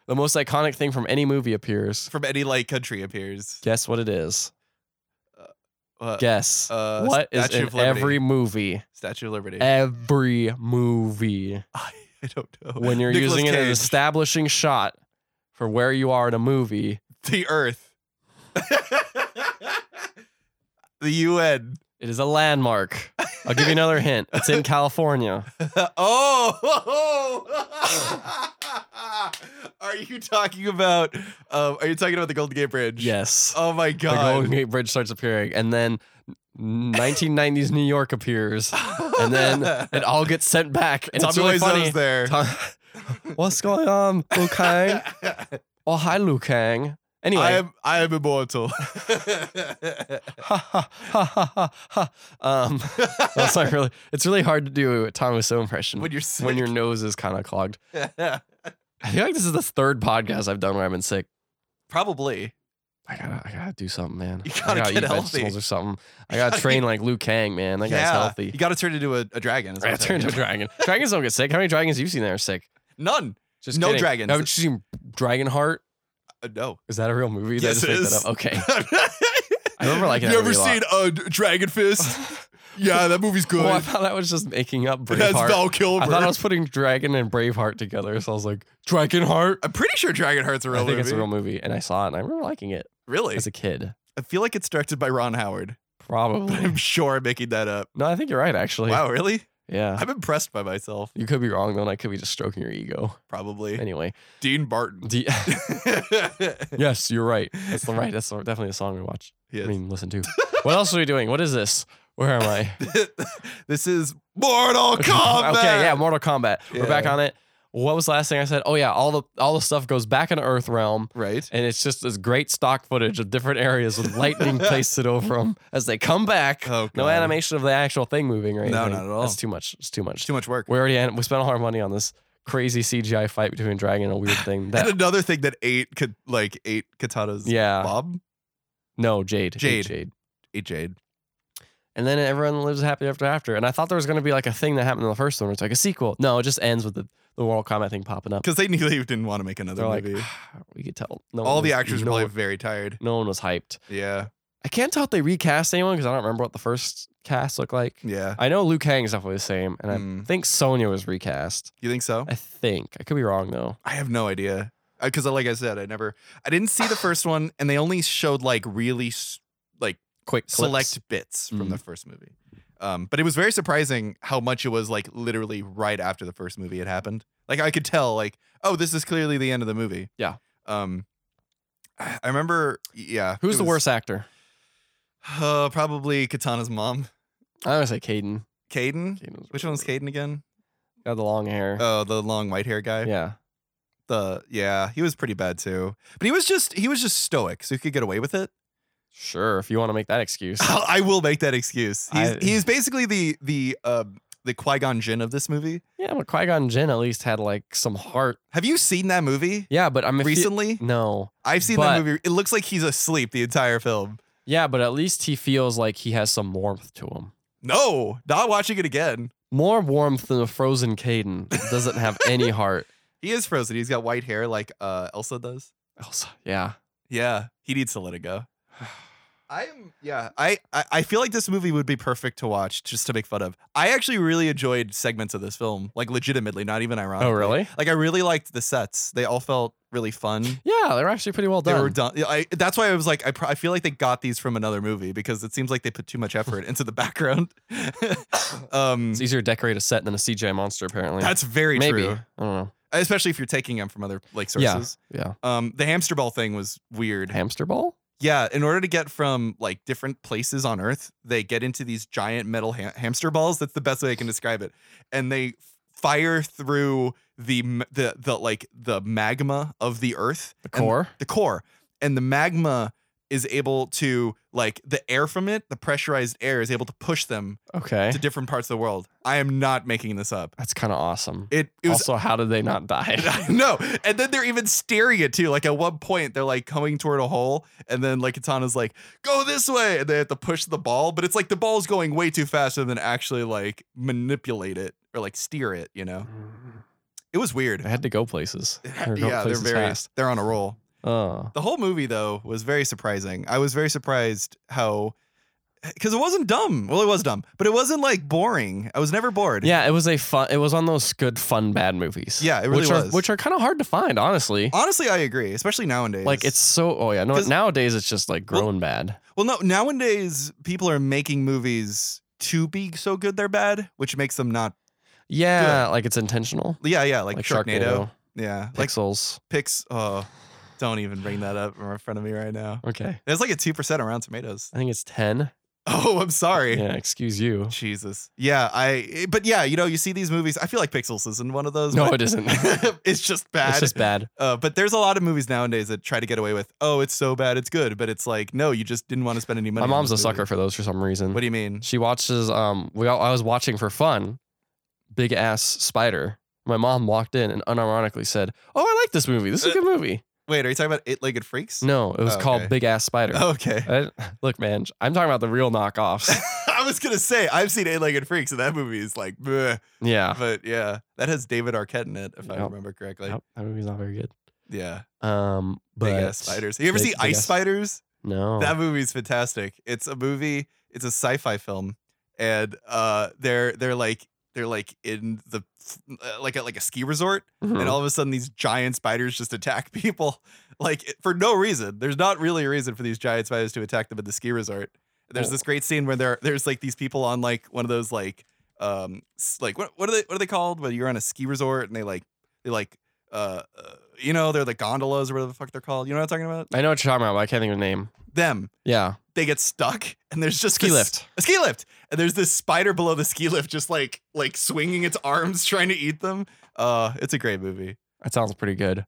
[SPEAKER 2] the most iconic thing from any movie appears.
[SPEAKER 1] from any like country appears.
[SPEAKER 2] Guess what it is.
[SPEAKER 1] Uh,
[SPEAKER 2] Guess
[SPEAKER 1] uh,
[SPEAKER 2] what is
[SPEAKER 1] Statue
[SPEAKER 2] in
[SPEAKER 1] of Liberty.
[SPEAKER 2] every movie.
[SPEAKER 1] Statue of Liberty.
[SPEAKER 2] Every movie
[SPEAKER 1] *laughs* I don't know.
[SPEAKER 2] when you're
[SPEAKER 1] Nicolas
[SPEAKER 2] using it as an
[SPEAKER 1] Cage,
[SPEAKER 2] establishing shot for where you are in a movie,
[SPEAKER 1] the Earth, *laughs* the UN. *laughs*
[SPEAKER 2] it is a landmark. I'll give you another hint. It's in California.
[SPEAKER 1] oh, *laughs* are you talking about? Um, are you talking about the Golden Gate Bridge?
[SPEAKER 2] Yes.
[SPEAKER 1] Oh my
[SPEAKER 2] the Golden
[SPEAKER 1] god.
[SPEAKER 2] Gate Bridge starts appearing, and then 1990s New York appears, and *laughs* then it all gets sent back. And it's
[SPEAKER 1] Tommy
[SPEAKER 2] really
[SPEAKER 1] Wiseau's
[SPEAKER 2] funny.
[SPEAKER 1] there.
[SPEAKER 2] Tom- *laughs* What's going on,
[SPEAKER 1] *laughs*
[SPEAKER 2] Liu Kang? Oh, hi, Liu Kang. Anyway,
[SPEAKER 1] I am I am immortal.
[SPEAKER 2] ha, ha, ha, ha, ha,
[SPEAKER 1] *laughs*
[SPEAKER 2] ha. um, *laughs* that's not really. It's really hard to do a Tom Wiseau impression
[SPEAKER 1] when
[SPEAKER 2] when,
[SPEAKER 1] you're sick.
[SPEAKER 2] your nose is kind of clogged.
[SPEAKER 1] you're
[SPEAKER 2] I feel like this is the third podcast I've done where I've been sick.
[SPEAKER 1] *laughs* probably.
[SPEAKER 2] I gotta, I gotta do something, man.
[SPEAKER 1] You
[SPEAKER 2] I
[SPEAKER 1] gotta
[SPEAKER 2] gotta
[SPEAKER 1] get
[SPEAKER 2] eat
[SPEAKER 1] healthy.
[SPEAKER 2] vegetables
[SPEAKER 1] *laughs*
[SPEAKER 2] or something. I gotta train like Liu Kang, man. That guy's
[SPEAKER 1] You
[SPEAKER 2] healthy.
[SPEAKER 1] got to turn into a, a dragon. is what
[SPEAKER 2] I
[SPEAKER 1] I'm
[SPEAKER 2] turned into a
[SPEAKER 1] saying.
[SPEAKER 2] dragon. Dragons don't get sick. How many dragons have you seen that are sick?
[SPEAKER 1] *laughs* None.
[SPEAKER 2] Just
[SPEAKER 1] No
[SPEAKER 2] kidding.
[SPEAKER 1] dragons.
[SPEAKER 2] Haven't you seen Dragonheart?
[SPEAKER 1] Uh, no. *laughs*
[SPEAKER 2] Is that a real movie? Did
[SPEAKER 1] Yes,
[SPEAKER 2] *laughs* I
[SPEAKER 1] it
[SPEAKER 2] just make
[SPEAKER 1] is.
[SPEAKER 2] that up?
[SPEAKER 1] *laughs*
[SPEAKER 2] Okay. I remember liking
[SPEAKER 1] You
[SPEAKER 2] that
[SPEAKER 1] ever
[SPEAKER 2] movie a lot. Oh,
[SPEAKER 1] seen a d- Dragon
[SPEAKER 2] *laughs*
[SPEAKER 1] Fist? yeah, that movie's good.
[SPEAKER 2] Well, I thought I was just making up
[SPEAKER 1] it has
[SPEAKER 2] Braveheart.
[SPEAKER 1] Val Kilmer.
[SPEAKER 2] I thought I was putting Dragon and Braveheart together, so I was like, Dragonheart.
[SPEAKER 1] am pretty sure Dragonheart's a
[SPEAKER 2] I
[SPEAKER 1] real
[SPEAKER 2] think
[SPEAKER 1] movie.
[SPEAKER 2] it's a real movie, and I saw it, and I remember liking it
[SPEAKER 1] really?
[SPEAKER 2] as a kid.
[SPEAKER 1] I feel like it's directed by Ron
[SPEAKER 2] *laughs*
[SPEAKER 1] Howard, but
[SPEAKER 2] Probably.
[SPEAKER 1] I'm sure I'm making that up.
[SPEAKER 2] No, I think you're right, actually.
[SPEAKER 1] Wow, really?
[SPEAKER 2] Yeah.
[SPEAKER 1] *laughs* I'm impressed by myself.
[SPEAKER 2] You could be wrong though, and I could be just stroking your
[SPEAKER 1] *laughs*
[SPEAKER 2] ego.
[SPEAKER 1] Probably
[SPEAKER 2] Anyway,
[SPEAKER 1] Dean
[SPEAKER 2] *laughs*
[SPEAKER 1] Barton.
[SPEAKER 2] do you- yes, you're right. That's the right. That's the- definitely a song we watch.
[SPEAKER 1] Yes.
[SPEAKER 2] I mean, listen to. What else are we doing? What is this? Where am I?
[SPEAKER 1] *laughs*
[SPEAKER 2] *laughs*
[SPEAKER 1] this is Mortal Kombat.
[SPEAKER 2] okay, yeah, Mortal Kombat. We're
[SPEAKER 1] Yeah.
[SPEAKER 2] back on it. What was the last thing I said? Oh yeah, all the all the stuff goes back into Earth realm, *laughs*
[SPEAKER 1] Right.
[SPEAKER 2] and it's just this great stock footage of different areas
[SPEAKER 1] *laughs*
[SPEAKER 2] with lightning pasted over them as they come back.
[SPEAKER 1] Oh,
[SPEAKER 2] no
[SPEAKER 1] God.
[SPEAKER 2] animation of the actual thing moving or anything.
[SPEAKER 1] No, not at all.
[SPEAKER 2] That's too much. It's too much.
[SPEAKER 1] Too much work.
[SPEAKER 2] We already we spent all our money on this crazy CGI fight between dragon and a weird
[SPEAKER 1] *laughs*
[SPEAKER 2] thing.
[SPEAKER 1] And
[SPEAKER 2] That
[SPEAKER 1] another thing that ate could like ate Katana's
[SPEAKER 2] yeah,
[SPEAKER 1] Bob
[SPEAKER 2] no Jade, Hate
[SPEAKER 1] Jade.
[SPEAKER 2] Jade.
[SPEAKER 1] ate Jade.
[SPEAKER 2] And then everyone lives happy after after. And I thought there was gonna be like a thing that happened in the first one. Where it's like a sequel. No, it just ends with the the Mortal Kombat thing popping up.
[SPEAKER 1] Because they knew they didn't want to make another
[SPEAKER 2] They're like,
[SPEAKER 1] movie.
[SPEAKER 2] "Ah," we could tell. No
[SPEAKER 1] All
[SPEAKER 2] one
[SPEAKER 1] the
[SPEAKER 2] was-
[SPEAKER 1] actors were
[SPEAKER 2] no,
[SPEAKER 1] probably very tired.
[SPEAKER 2] no one was hyped.
[SPEAKER 1] Yeah.
[SPEAKER 2] I can't tell if they recast anyone because I don't remember what the first cast looked like.
[SPEAKER 1] Yeah.
[SPEAKER 2] I know Liu Kang's definitely the same, and I
[SPEAKER 1] Mm.
[SPEAKER 2] think Sonya was recast.
[SPEAKER 1] You think so?
[SPEAKER 2] I think I could be wrong though.
[SPEAKER 1] I have no idea. Because, like I said, I never, I didn't see
[SPEAKER 2] *sighs*
[SPEAKER 1] the first one, and they only showed like really s- like
[SPEAKER 2] Quick clips. Mm-hmm.
[SPEAKER 1] select bits from the first movie. Um, but it was very surprising how much it was like literally right after the first movie had happened. Like I could tell, like, oh, this is clearly the end of the movie.
[SPEAKER 2] Yeah.
[SPEAKER 1] Um, I I remember. Yeah.
[SPEAKER 2] Who's
[SPEAKER 1] it
[SPEAKER 2] the
[SPEAKER 1] was-
[SPEAKER 2] worst actor?
[SPEAKER 1] Uh, probably Katana's mom,
[SPEAKER 2] I always say Caden.
[SPEAKER 1] Caden.
[SPEAKER 2] Caden was
[SPEAKER 1] Which one's Caden again?
[SPEAKER 2] Got the long hair.
[SPEAKER 1] Oh, the long white hair guy.
[SPEAKER 2] yeah.
[SPEAKER 1] The yeah, he was pretty bad too. But he was just he was just stoic, so he could get away with
[SPEAKER 2] *laughs*
[SPEAKER 1] it.
[SPEAKER 2] Sure, if you want to make that
[SPEAKER 1] *laughs*
[SPEAKER 2] excuse.
[SPEAKER 1] I will make that excuse. He's
[SPEAKER 2] I-
[SPEAKER 1] he's basically the the um the Qui Gon Jinn of this movie.
[SPEAKER 2] yeah, but Qui Gon Jinn at least had like some heart.
[SPEAKER 1] Have you seen that movie
[SPEAKER 2] Yeah, but I'm
[SPEAKER 1] recently?
[SPEAKER 2] no.
[SPEAKER 1] I've seen
[SPEAKER 2] but-
[SPEAKER 1] that movie. It looks like he's asleep the entire film.
[SPEAKER 2] Yeah, but at least he feels like he has some warmth to him.
[SPEAKER 1] No, not watching it again.
[SPEAKER 2] More warmth than a frozen Caden doesn't have
[SPEAKER 1] *laughs*
[SPEAKER 2] any heart.
[SPEAKER 1] He is frozen. He's got white hair like uh, Elsa does.
[SPEAKER 2] Elsa, yeah.
[SPEAKER 1] Yeah, he needs to let it go. *sighs* I'm yeah. I, I I feel like this movie would be perfect to watch just to make fun of. I actually really enjoyed segments of this film, like legitimately, not even ironically.
[SPEAKER 2] Oh, really?
[SPEAKER 1] Like I really liked the sets. They all felt really fun.
[SPEAKER 2] Yeah, they're actually pretty well
[SPEAKER 1] They
[SPEAKER 2] done.
[SPEAKER 1] were done. I, that's why I was like, I, pro- I feel like they got these from another movie because it seems like they put too much effort into the background. *laughs* um,
[SPEAKER 2] It's easier to decorate a set than a CGI monster, apparently.
[SPEAKER 1] that's very
[SPEAKER 2] Maybe.
[SPEAKER 1] true,
[SPEAKER 2] I don't know.
[SPEAKER 1] especially if you're taking them from other like
[SPEAKER 2] Yeah.
[SPEAKER 1] sources.
[SPEAKER 2] Yeah.
[SPEAKER 1] Um, the hamster ball thing was weird.
[SPEAKER 2] Hamster ball?
[SPEAKER 1] Yeah, in order to get from like different places on Earth, they get into these giant metal ha- hamster balls. That's the best way I can describe it, and they fire through the m- the the like the magma of the Earth,
[SPEAKER 2] The
[SPEAKER 1] and-
[SPEAKER 2] core?
[SPEAKER 1] the core, and the magma is able to like the air from it, the pressurized air is able to push them
[SPEAKER 2] okay.
[SPEAKER 1] to different parts of the world. I am not making this up.
[SPEAKER 2] That's kind of awesome.
[SPEAKER 1] It it *laughs* was
[SPEAKER 2] also, how did they
[SPEAKER 1] *laughs*
[SPEAKER 2] not die?
[SPEAKER 1] no, and then they're even staring at too. Like at one point, they're like coming toward a hole, and then like Katana's like, "Go this way," and they have to push the ball, but it's like the ball's going way too fast, and then actually like manipulate it or like steer it. You know, it was weird. *laughs*
[SPEAKER 2] they had to go places. They're going
[SPEAKER 1] yeah, they're
[SPEAKER 2] places
[SPEAKER 1] very
[SPEAKER 2] fast.
[SPEAKER 1] they're on a roll.
[SPEAKER 2] Oh.
[SPEAKER 1] The whole movie though was very surprising. I was very surprised how because it wasn't dumb. Well, it was dumb, but it wasn't like boring. I was never bored.
[SPEAKER 2] Yeah, it was a fun. It was on those good fun bad movies.
[SPEAKER 1] Yeah, it really
[SPEAKER 2] which
[SPEAKER 1] was.
[SPEAKER 2] Are, which are kind of hard to find, honestly.
[SPEAKER 1] honestly, I agree, especially nowadays.
[SPEAKER 2] Like it's so. Oh yeah, no.
[SPEAKER 1] 'Cause-
[SPEAKER 2] Nowadays it's just like
[SPEAKER 1] Well-
[SPEAKER 2] grown bad.
[SPEAKER 1] Well, no, nowadays people are making movies to be so good they're bad, which makes them not.
[SPEAKER 2] Yeah, like it's intentional.
[SPEAKER 1] Yeah, yeah, like,
[SPEAKER 2] Like
[SPEAKER 1] Sharknado.
[SPEAKER 2] Sharknado,
[SPEAKER 1] Yeah, like
[SPEAKER 2] Pixels.
[SPEAKER 1] Pix. Oh, don't even bring that up in front of me right now.
[SPEAKER 2] okay,
[SPEAKER 1] There's like a two percent around tomatoes. *laughs*
[SPEAKER 2] I think it's ten.
[SPEAKER 1] Oh, I'm sorry.
[SPEAKER 2] Yeah, excuse you.
[SPEAKER 1] Jesus. Yeah, I. But yeah, you know, you see these movies. I feel like Pixels isn't one of those.
[SPEAKER 2] No,
[SPEAKER 1] but
[SPEAKER 2] it isn't.
[SPEAKER 1] *laughs* it's just bad.
[SPEAKER 2] It's just bad.
[SPEAKER 1] Uh, but there's a lot of movies nowadays that try to get away with, oh, it's so bad, it's good. But it's like, no, you just didn't want to spend any money.
[SPEAKER 2] My
[SPEAKER 1] on
[SPEAKER 2] mom's a
[SPEAKER 1] this
[SPEAKER 2] sucker
[SPEAKER 1] movie.
[SPEAKER 2] for those for some reason.
[SPEAKER 1] What do you mean?
[SPEAKER 2] She watches. Um, we all, I was watching for fun. Big ass spider. My mom walked in and unironically said, "Oh, I like this movie. This is a good movie."
[SPEAKER 1] Wait, are you talking about Eight-Legged Freaks?
[SPEAKER 2] No, it was
[SPEAKER 1] Oh,
[SPEAKER 2] called
[SPEAKER 1] okay.
[SPEAKER 2] Big Ass Spider.
[SPEAKER 1] *laughs* Okay.
[SPEAKER 2] I, look, man, I'm talking about the real
[SPEAKER 1] *laughs*
[SPEAKER 2] knockoffs.
[SPEAKER 1] I was gonna say I've seen Eight Legged Freaks, and that movie is like, bleh.
[SPEAKER 2] yeah.
[SPEAKER 1] but yeah, that has David Arquette in it, if I
[SPEAKER 2] Ah. Yep.
[SPEAKER 1] remember correctly.
[SPEAKER 2] Nope, that movie's not very good.
[SPEAKER 1] Yeah,
[SPEAKER 2] Um, but
[SPEAKER 1] big ass spiders. You ever
[SPEAKER 2] big-
[SPEAKER 1] see
[SPEAKER 2] big
[SPEAKER 1] Ice
[SPEAKER 2] ass-
[SPEAKER 1] Spiders?
[SPEAKER 2] No.
[SPEAKER 1] That movie's fantastic. It's a movie. It's a sci-fi film, and uh, they're they're like they're like in the uh, like a, like a ski resort,
[SPEAKER 2] Mhm.
[SPEAKER 1] and all of a sudden these giant spiders just attack *laughs* people, like for no reason. There's not really a reason for these giant spiders to attack them at the ski resort. There's
[SPEAKER 2] Oh.
[SPEAKER 1] this great scene where there there's like these people on like one of those like um s- like what what are they what are they called? Where you're on a ski resort and they like they like uh, uh you know they're like gondolas or whatever the fuck they're called. You know what I'm talking about?
[SPEAKER 2] I know what you're talking about, but I can't think of the name.
[SPEAKER 1] Them.
[SPEAKER 2] Yeah.
[SPEAKER 1] They get stuck and there's just
[SPEAKER 2] Ski
[SPEAKER 1] this-
[SPEAKER 2] lift.
[SPEAKER 1] A ski lift. And there's this spider below the ski lift just like like swinging its arms *laughs* trying to eat them. Uh it's a great movie.
[SPEAKER 2] That sounds pretty good.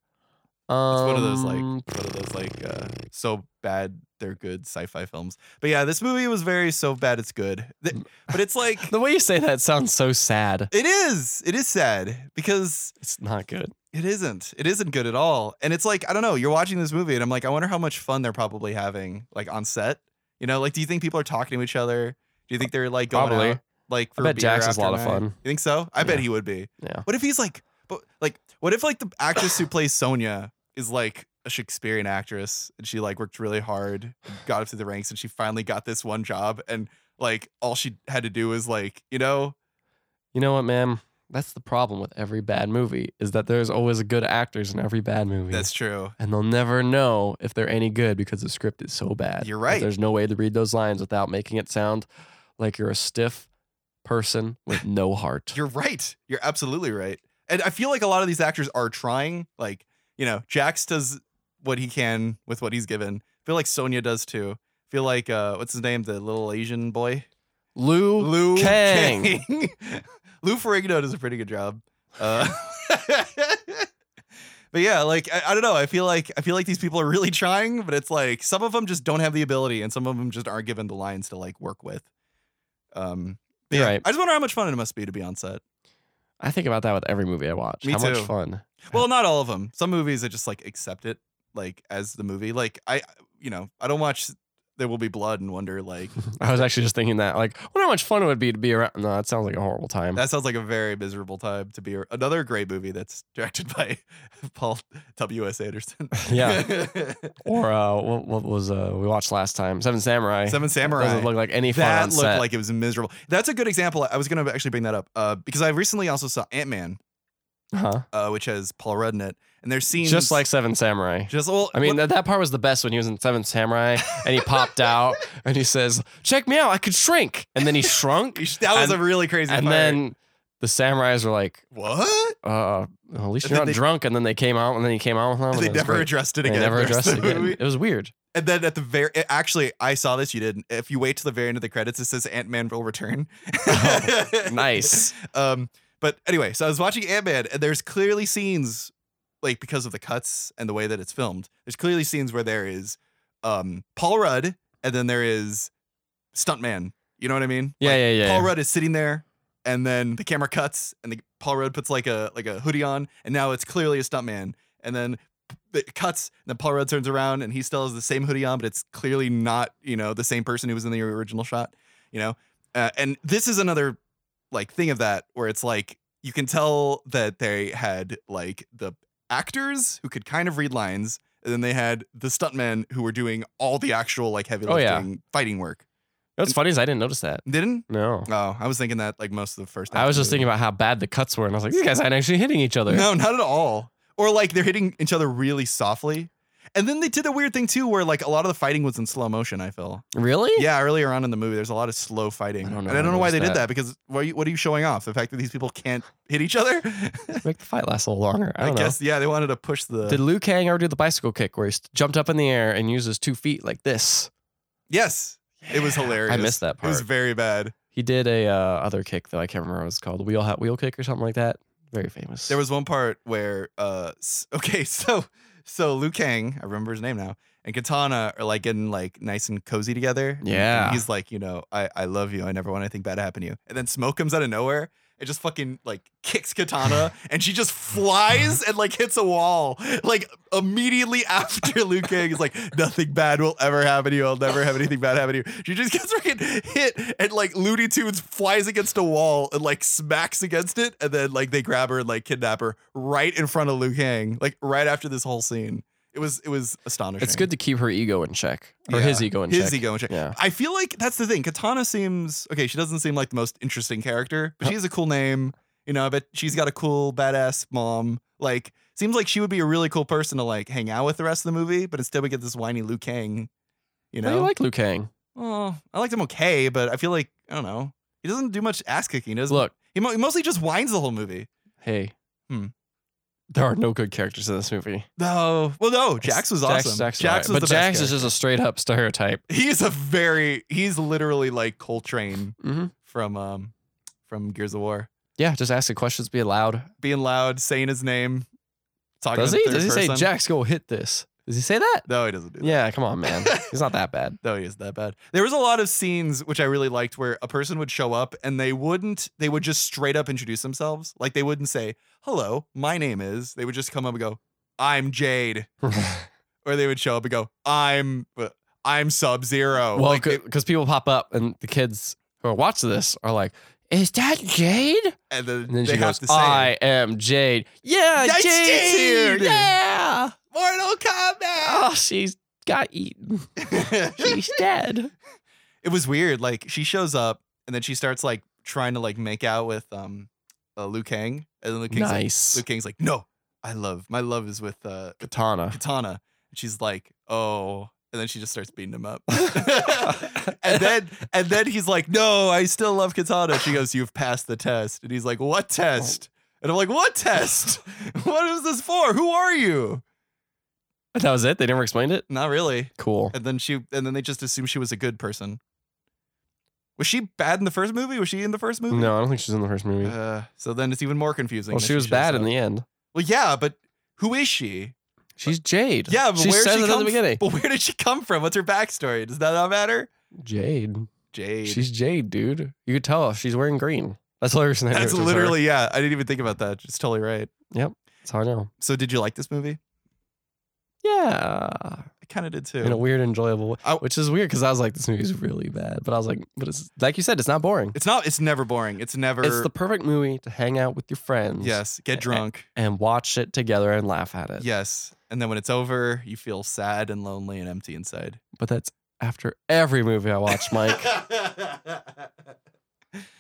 [SPEAKER 1] It's one of those like
[SPEAKER 2] Um,
[SPEAKER 1] one of those like uh, so bad they're good sci-fi films. But yeah, this movie was very so bad it's good. Th- But it's like
[SPEAKER 2] Mm. *laughs* The way you say that sounds so sad.
[SPEAKER 1] it is. It is sad because
[SPEAKER 2] It's not good.
[SPEAKER 1] it isn't. It isn't good at all. And it's like I don't know. You're watching this movie and I'm like, I wonder how much fun they're probably having like on set. You know, like do you think people are talking to each other? Do you think they're like going
[SPEAKER 2] Probably.
[SPEAKER 1] out, like for
[SPEAKER 2] I bet
[SPEAKER 1] beer
[SPEAKER 2] Jax is
[SPEAKER 1] after
[SPEAKER 2] a lot of
[SPEAKER 1] night?
[SPEAKER 2] fun.
[SPEAKER 1] You think so? I bet
[SPEAKER 2] Yeah.
[SPEAKER 1] he would be.
[SPEAKER 2] Yeah.
[SPEAKER 1] What if he's like, but like, what if like the actress who plays Sonia is like a Shakespearean actress and she like worked really hard, and got up to the ranks, and she finally got this one job, and like all she had to do was like, you know,
[SPEAKER 2] You know what, ma'am? That's the problem with every bad movie is that there's always good actors in every bad movie.
[SPEAKER 1] that's true.
[SPEAKER 2] and they'll never know if they're any good because the script is so bad.
[SPEAKER 1] You're
[SPEAKER 2] Like,
[SPEAKER 1] right.
[SPEAKER 2] There's no way to read those lines without making it sound like you're a stiff person with no heart.
[SPEAKER 1] You're right. You're absolutely right. And I feel like a lot of these actors are trying. Like, you know, Jax does what he can with what he's given. I feel like Sonia does too. I feel like uh, what's his name, the little Asian boy,
[SPEAKER 2] Lou,
[SPEAKER 1] Lou
[SPEAKER 2] Kang.
[SPEAKER 1] Kang. *laughs* Lou Ferrigno does a pretty good job. Uh, *laughs* but yeah, like I, I don't know. I feel like I feel like these people are really trying, but it's like some of them just don't have the ability, and some of them just aren't given the lines to like work with. Um, but
[SPEAKER 2] You're
[SPEAKER 1] yeah,
[SPEAKER 2] right.
[SPEAKER 1] I just wonder how much fun it must be to be on set.
[SPEAKER 2] I think about that with every movie I watch.
[SPEAKER 1] Me
[SPEAKER 2] How much
[SPEAKER 1] too.
[SPEAKER 2] fun.
[SPEAKER 1] Well, not all of them. Some movies I just like accept it like as the movie. Like I, you know, I don't watch there will be blood and wonder like
[SPEAKER 2] I was actually just thinking that. Like, I wonder how much fun it would be to be around. No, that sounds like a horrible time.
[SPEAKER 1] that sounds like a very miserable time to be ar- another great movie that's directed by *laughs* Paul W.S. Anderson. *laughs*
[SPEAKER 2] Yeah. or uh, what, what was uh, we watched last time? Seven Samurai.
[SPEAKER 1] Seven Samurai.
[SPEAKER 2] Doesn't look like any fun
[SPEAKER 1] that
[SPEAKER 2] on
[SPEAKER 1] looked
[SPEAKER 2] set.
[SPEAKER 1] like it was miserable. That's a good example. I was going to actually bring that up uh, because I recently also saw Ant Man,
[SPEAKER 2] huh?
[SPEAKER 1] uh, which has Paul Rudd in it, and there's scenes
[SPEAKER 2] Just like Seven Samurai.
[SPEAKER 1] just well,
[SPEAKER 2] I mean,
[SPEAKER 1] what-
[SPEAKER 2] that, that part was the best when he was in Seventh Samurai and
[SPEAKER 1] *laughs*
[SPEAKER 2] he popped out and he says, Check me out, I could shrink. And then
[SPEAKER 1] *laughs*
[SPEAKER 2] he shrunk.
[SPEAKER 1] that was
[SPEAKER 2] and-
[SPEAKER 1] a really crazy.
[SPEAKER 2] and
[SPEAKER 1] part.
[SPEAKER 2] then the samurais were like,
[SPEAKER 1] what?
[SPEAKER 2] uh, at least
[SPEAKER 1] And
[SPEAKER 2] you're
[SPEAKER 1] then
[SPEAKER 2] not
[SPEAKER 1] they-
[SPEAKER 2] drunk. And then they came out and then he came out with them. and
[SPEAKER 1] they
[SPEAKER 2] it was
[SPEAKER 1] never
[SPEAKER 2] great.
[SPEAKER 1] addressed it
[SPEAKER 2] They
[SPEAKER 1] again.
[SPEAKER 2] never
[SPEAKER 1] the rest
[SPEAKER 2] addressed
[SPEAKER 1] of
[SPEAKER 2] it
[SPEAKER 1] the
[SPEAKER 2] again.
[SPEAKER 1] movie.
[SPEAKER 2] It
[SPEAKER 1] *laughs*
[SPEAKER 2] was weird.
[SPEAKER 1] And then at the very actually, I saw this. You didn't. If you wait till the very end of the credits, it says Ant Man will return.
[SPEAKER 2] Oh,
[SPEAKER 1] *laughs*
[SPEAKER 2] Nice.
[SPEAKER 1] Um, but anyway, so I was watching Ant Man, and there's clearly scenes, like because of the cuts and the way that it's filmed, there's clearly scenes where there is um, Paul Rudd, and then there is stuntman. You know what I mean?
[SPEAKER 2] Yeah,
[SPEAKER 1] Like,
[SPEAKER 2] yeah, yeah.
[SPEAKER 1] Paul
[SPEAKER 2] yeah.
[SPEAKER 1] Rudd is sitting there, and then the camera cuts, and the, Paul Rudd puts like a like a hoodie on, and now it's clearly a stuntman. And then it cuts, and then Paul Rudd turns around, and he still has the same hoodie on, but it's clearly not you know the same person who was in the original shot. You know, uh, and this is another like thing of that where it's like you can tell that they had like the actors who could kind of read lines. And then they had the stuntmen who were doing all the actual like heavy
[SPEAKER 2] Oh,
[SPEAKER 1] lifting
[SPEAKER 2] yeah.
[SPEAKER 1] fighting work.
[SPEAKER 2] What's funny is I didn't notice that.
[SPEAKER 1] Didn't?
[SPEAKER 2] No.
[SPEAKER 1] Oh, I was thinking that like most of the first.
[SPEAKER 2] I was just
[SPEAKER 1] episode.
[SPEAKER 2] thinking about how bad the cuts were. And I was like, These guys aren't actually hitting each other.
[SPEAKER 1] No, not at all. Or like they're hitting each other really softly. And then they did a weird thing too, where like a lot of the fighting was in slow motion. I feel.
[SPEAKER 2] Really?
[SPEAKER 1] Yeah, earlier on in the movie, there's a lot of slow fighting,
[SPEAKER 2] I don't
[SPEAKER 1] and I
[SPEAKER 2] know how
[SPEAKER 1] don't
[SPEAKER 2] I
[SPEAKER 1] know why they
[SPEAKER 2] noticed
[SPEAKER 1] did
[SPEAKER 2] that.
[SPEAKER 1] that because what are, you, what are you showing off? The fact that these people can't hit each other? *laughs* I,
[SPEAKER 2] Make the fight last a little longer. I, don't know.
[SPEAKER 1] guess uh, yeah, they wanted to push the.
[SPEAKER 2] Did Liu Kang ever do the bicycle kick where he s- jumped up in the air and uses two feet like this?
[SPEAKER 1] yes, it was hilarious.
[SPEAKER 2] I missed that
[SPEAKER 1] It was
[SPEAKER 2] part.
[SPEAKER 1] very bad.
[SPEAKER 2] He did a uh, other kick though. I can't remember what it's called. Wheel hat wheel kick or something like that. Very famous.
[SPEAKER 1] There was one part where, uh, s- *laughs* okay, so so Liu Kang, I remember his name now, and Katana are like getting like nice and cozy together. And- and
[SPEAKER 2] Yeah.
[SPEAKER 1] he's like, you know, I I love you. I never want anything bad to happen to you. And then smoke comes out of nowhere. It just fucking like kicks Katana, and she just flies and like hits a wall. Like immediately *laughs* after Liu Kang is like, nothing bad will ever happen to you. I'll never have anything bad happen to you. She just gets freaking hit, and like Looney Tunes flies against a wall and like smacks against it, and then like they grab her and like kidnap her right in front of Liu Kang, like right after this whole scene. It was it was astonishing.
[SPEAKER 2] it's good to keep her ego in check or
[SPEAKER 1] Yeah.
[SPEAKER 2] his ego in
[SPEAKER 1] his
[SPEAKER 2] check.
[SPEAKER 1] ego and shit.
[SPEAKER 2] Yeah.
[SPEAKER 1] I feel like that's the thing. Katana seems okay. She doesn't seem like the most interesting character, but she has a cool name. You know, I bet she's got a cool badass mom. Like, seems like she would be a really cool person to like hang out with the rest of the movie. But instead, we get this whiny Liu Kang. You
[SPEAKER 2] How do
[SPEAKER 1] know,
[SPEAKER 2] you like Liu Kang?
[SPEAKER 1] oh, I liked him okay, but I feel like I don't know. He doesn't do much ass kicking. Does
[SPEAKER 2] Look,
[SPEAKER 1] he? Mo- he mostly just whines the whole movie.
[SPEAKER 2] hey.
[SPEAKER 1] Hmm.
[SPEAKER 2] There are no good characters in this movie.
[SPEAKER 1] No, well, no. Jax was awesome.
[SPEAKER 2] Oh.
[SPEAKER 1] Jax,
[SPEAKER 2] Jax, Jax
[SPEAKER 1] was
[SPEAKER 2] but
[SPEAKER 1] the
[SPEAKER 2] Jax
[SPEAKER 1] best
[SPEAKER 2] is just a straight up stereotype.
[SPEAKER 1] character. He's a very. He's literally like Coltrane
[SPEAKER 2] hmm
[SPEAKER 1] from um from Gears of War.
[SPEAKER 2] Yeah, just asking questions, be loud.
[SPEAKER 1] being loud, saying his name. Talking
[SPEAKER 2] Does
[SPEAKER 1] in
[SPEAKER 2] he?
[SPEAKER 1] third
[SPEAKER 2] Does he say
[SPEAKER 1] person.
[SPEAKER 2] Jax go hit this? Does he say that?
[SPEAKER 1] No, he doesn't do that.
[SPEAKER 2] Yeah, come on, man. He's not
[SPEAKER 1] *laughs*
[SPEAKER 2] that bad.
[SPEAKER 1] No, he isn't that bad. There was a lot of scenes which I really liked where a person would show up and they wouldn't, they would just straight up introduce themselves. Like they wouldn't say, hello, my name is. They would just come up and go, I'm Jade. Or they would show up and go, I'm, uh, I'm Sub Zero.
[SPEAKER 2] Well,
[SPEAKER 1] like,
[SPEAKER 2] because
[SPEAKER 1] they-
[SPEAKER 2] people pop up and the kids who are watching this are like, "Is that Jade?"
[SPEAKER 1] and then,
[SPEAKER 2] And then
[SPEAKER 1] they
[SPEAKER 2] she
[SPEAKER 1] have
[SPEAKER 2] goes,
[SPEAKER 1] to say,
[SPEAKER 2] "I am Jade." Yeah,
[SPEAKER 1] That's
[SPEAKER 2] Jade's here.
[SPEAKER 1] Jade! Ah.
[SPEAKER 2] Yeah.
[SPEAKER 1] Mortal Kombat.
[SPEAKER 2] Oh, she's got eaten. *laughs*
[SPEAKER 1] *laughs*
[SPEAKER 2] She's dead.
[SPEAKER 1] it was weird. Like she shows up and then she starts like trying to like make out with um uh, Liu Kang, and then Liu Kang's like,
[SPEAKER 2] nice
[SPEAKER 1] Liu Kang's like, no, I love my love is with uh
[SPEAKER 2] *laughs* katana.
[SPEAKER 1] Katana. *laughs* And she's like, oh, and then she just starts beating him up. *laughs* and then and then he's like, no, I still love Katana. She goes, you've passed the test, and he's like, what test? And I'm like, what test? *laughs* what is this for? Who are you?
[SPEAKER 2] *laughs* that was it. They never explained it.
[SPEAKER 1] Not really.
[SPEAKER 2] Cool.
[SPEAKER 1] And then she and then they just assumed she was a good person. Was she bad in the first movie? Was she in the first movie?
[SPEAKER 2] No, I don't think she's in the first movie.
[SPEAKER 1] Uh, so then it's even more confusing.
[SPEAKER 2] well,
[SPEAKER 1] that
[SPEAKER 2] she was bad in
[SPEAKER 1] shows up.
[SPEAKER 2] the end.
[SPEAKER 1] Well, yeah, but who is she?
[SPEAKER 2] She's Jade.
[SPEAKER 1] Yeah, but
[SPEAKER 2] she
[SPEAKER 1] where
[SPEAKER 2] says
[SPEAKER 1] she
[SPEAKER 2] it at
[SPEAKER 1] come
[SPEAKER 2] the beginning.
[SPEAKER 1] *laughs* But where did she come from? What's her backstory? Does that not matter?
[SPEAKER 2] Jade.
[SPEAKER 1] Jade.
[SPEAKER 2] She's Jade, dude. You could tell she's wearing green. That's all I
[SPEAKER 1] *laughs*
[SPEAKER 2] was
[SPEAKER 1] That's literally yeah. I didn't even think about that. It's totally right.
[SPEAKER 2] That's how I know.
[SPEAKER 1] So did you like this movie?
[SPEAKER 2] Yeah.
[SPEAKER 1] I kind of did too.
[SPEAKER 2] in a weird, enjoyable way,
[SPEAKER 1] I-
[SPEAKER 2] which is weird because I was like, this movie's really bad. But I was like, but it's like you said, it's not boring.
[SPEAKER 1] it's not. It's never boring. It's never.
[SPEAKER 2] It's the perfect movie to hang out with your friends
[SPEAKER 1] *laughs* yes.
[SPEAKER 2] *laughs*
[SPEAKER 1] Get drunk.
[SPEAKER 2] and watch it together and laugh at it.
[SPEAKER 1] Yes. And then when it's over, you feel sad and lonely and empty inside.
[SPEAKER 2] But that's after every movie I watch, Mike,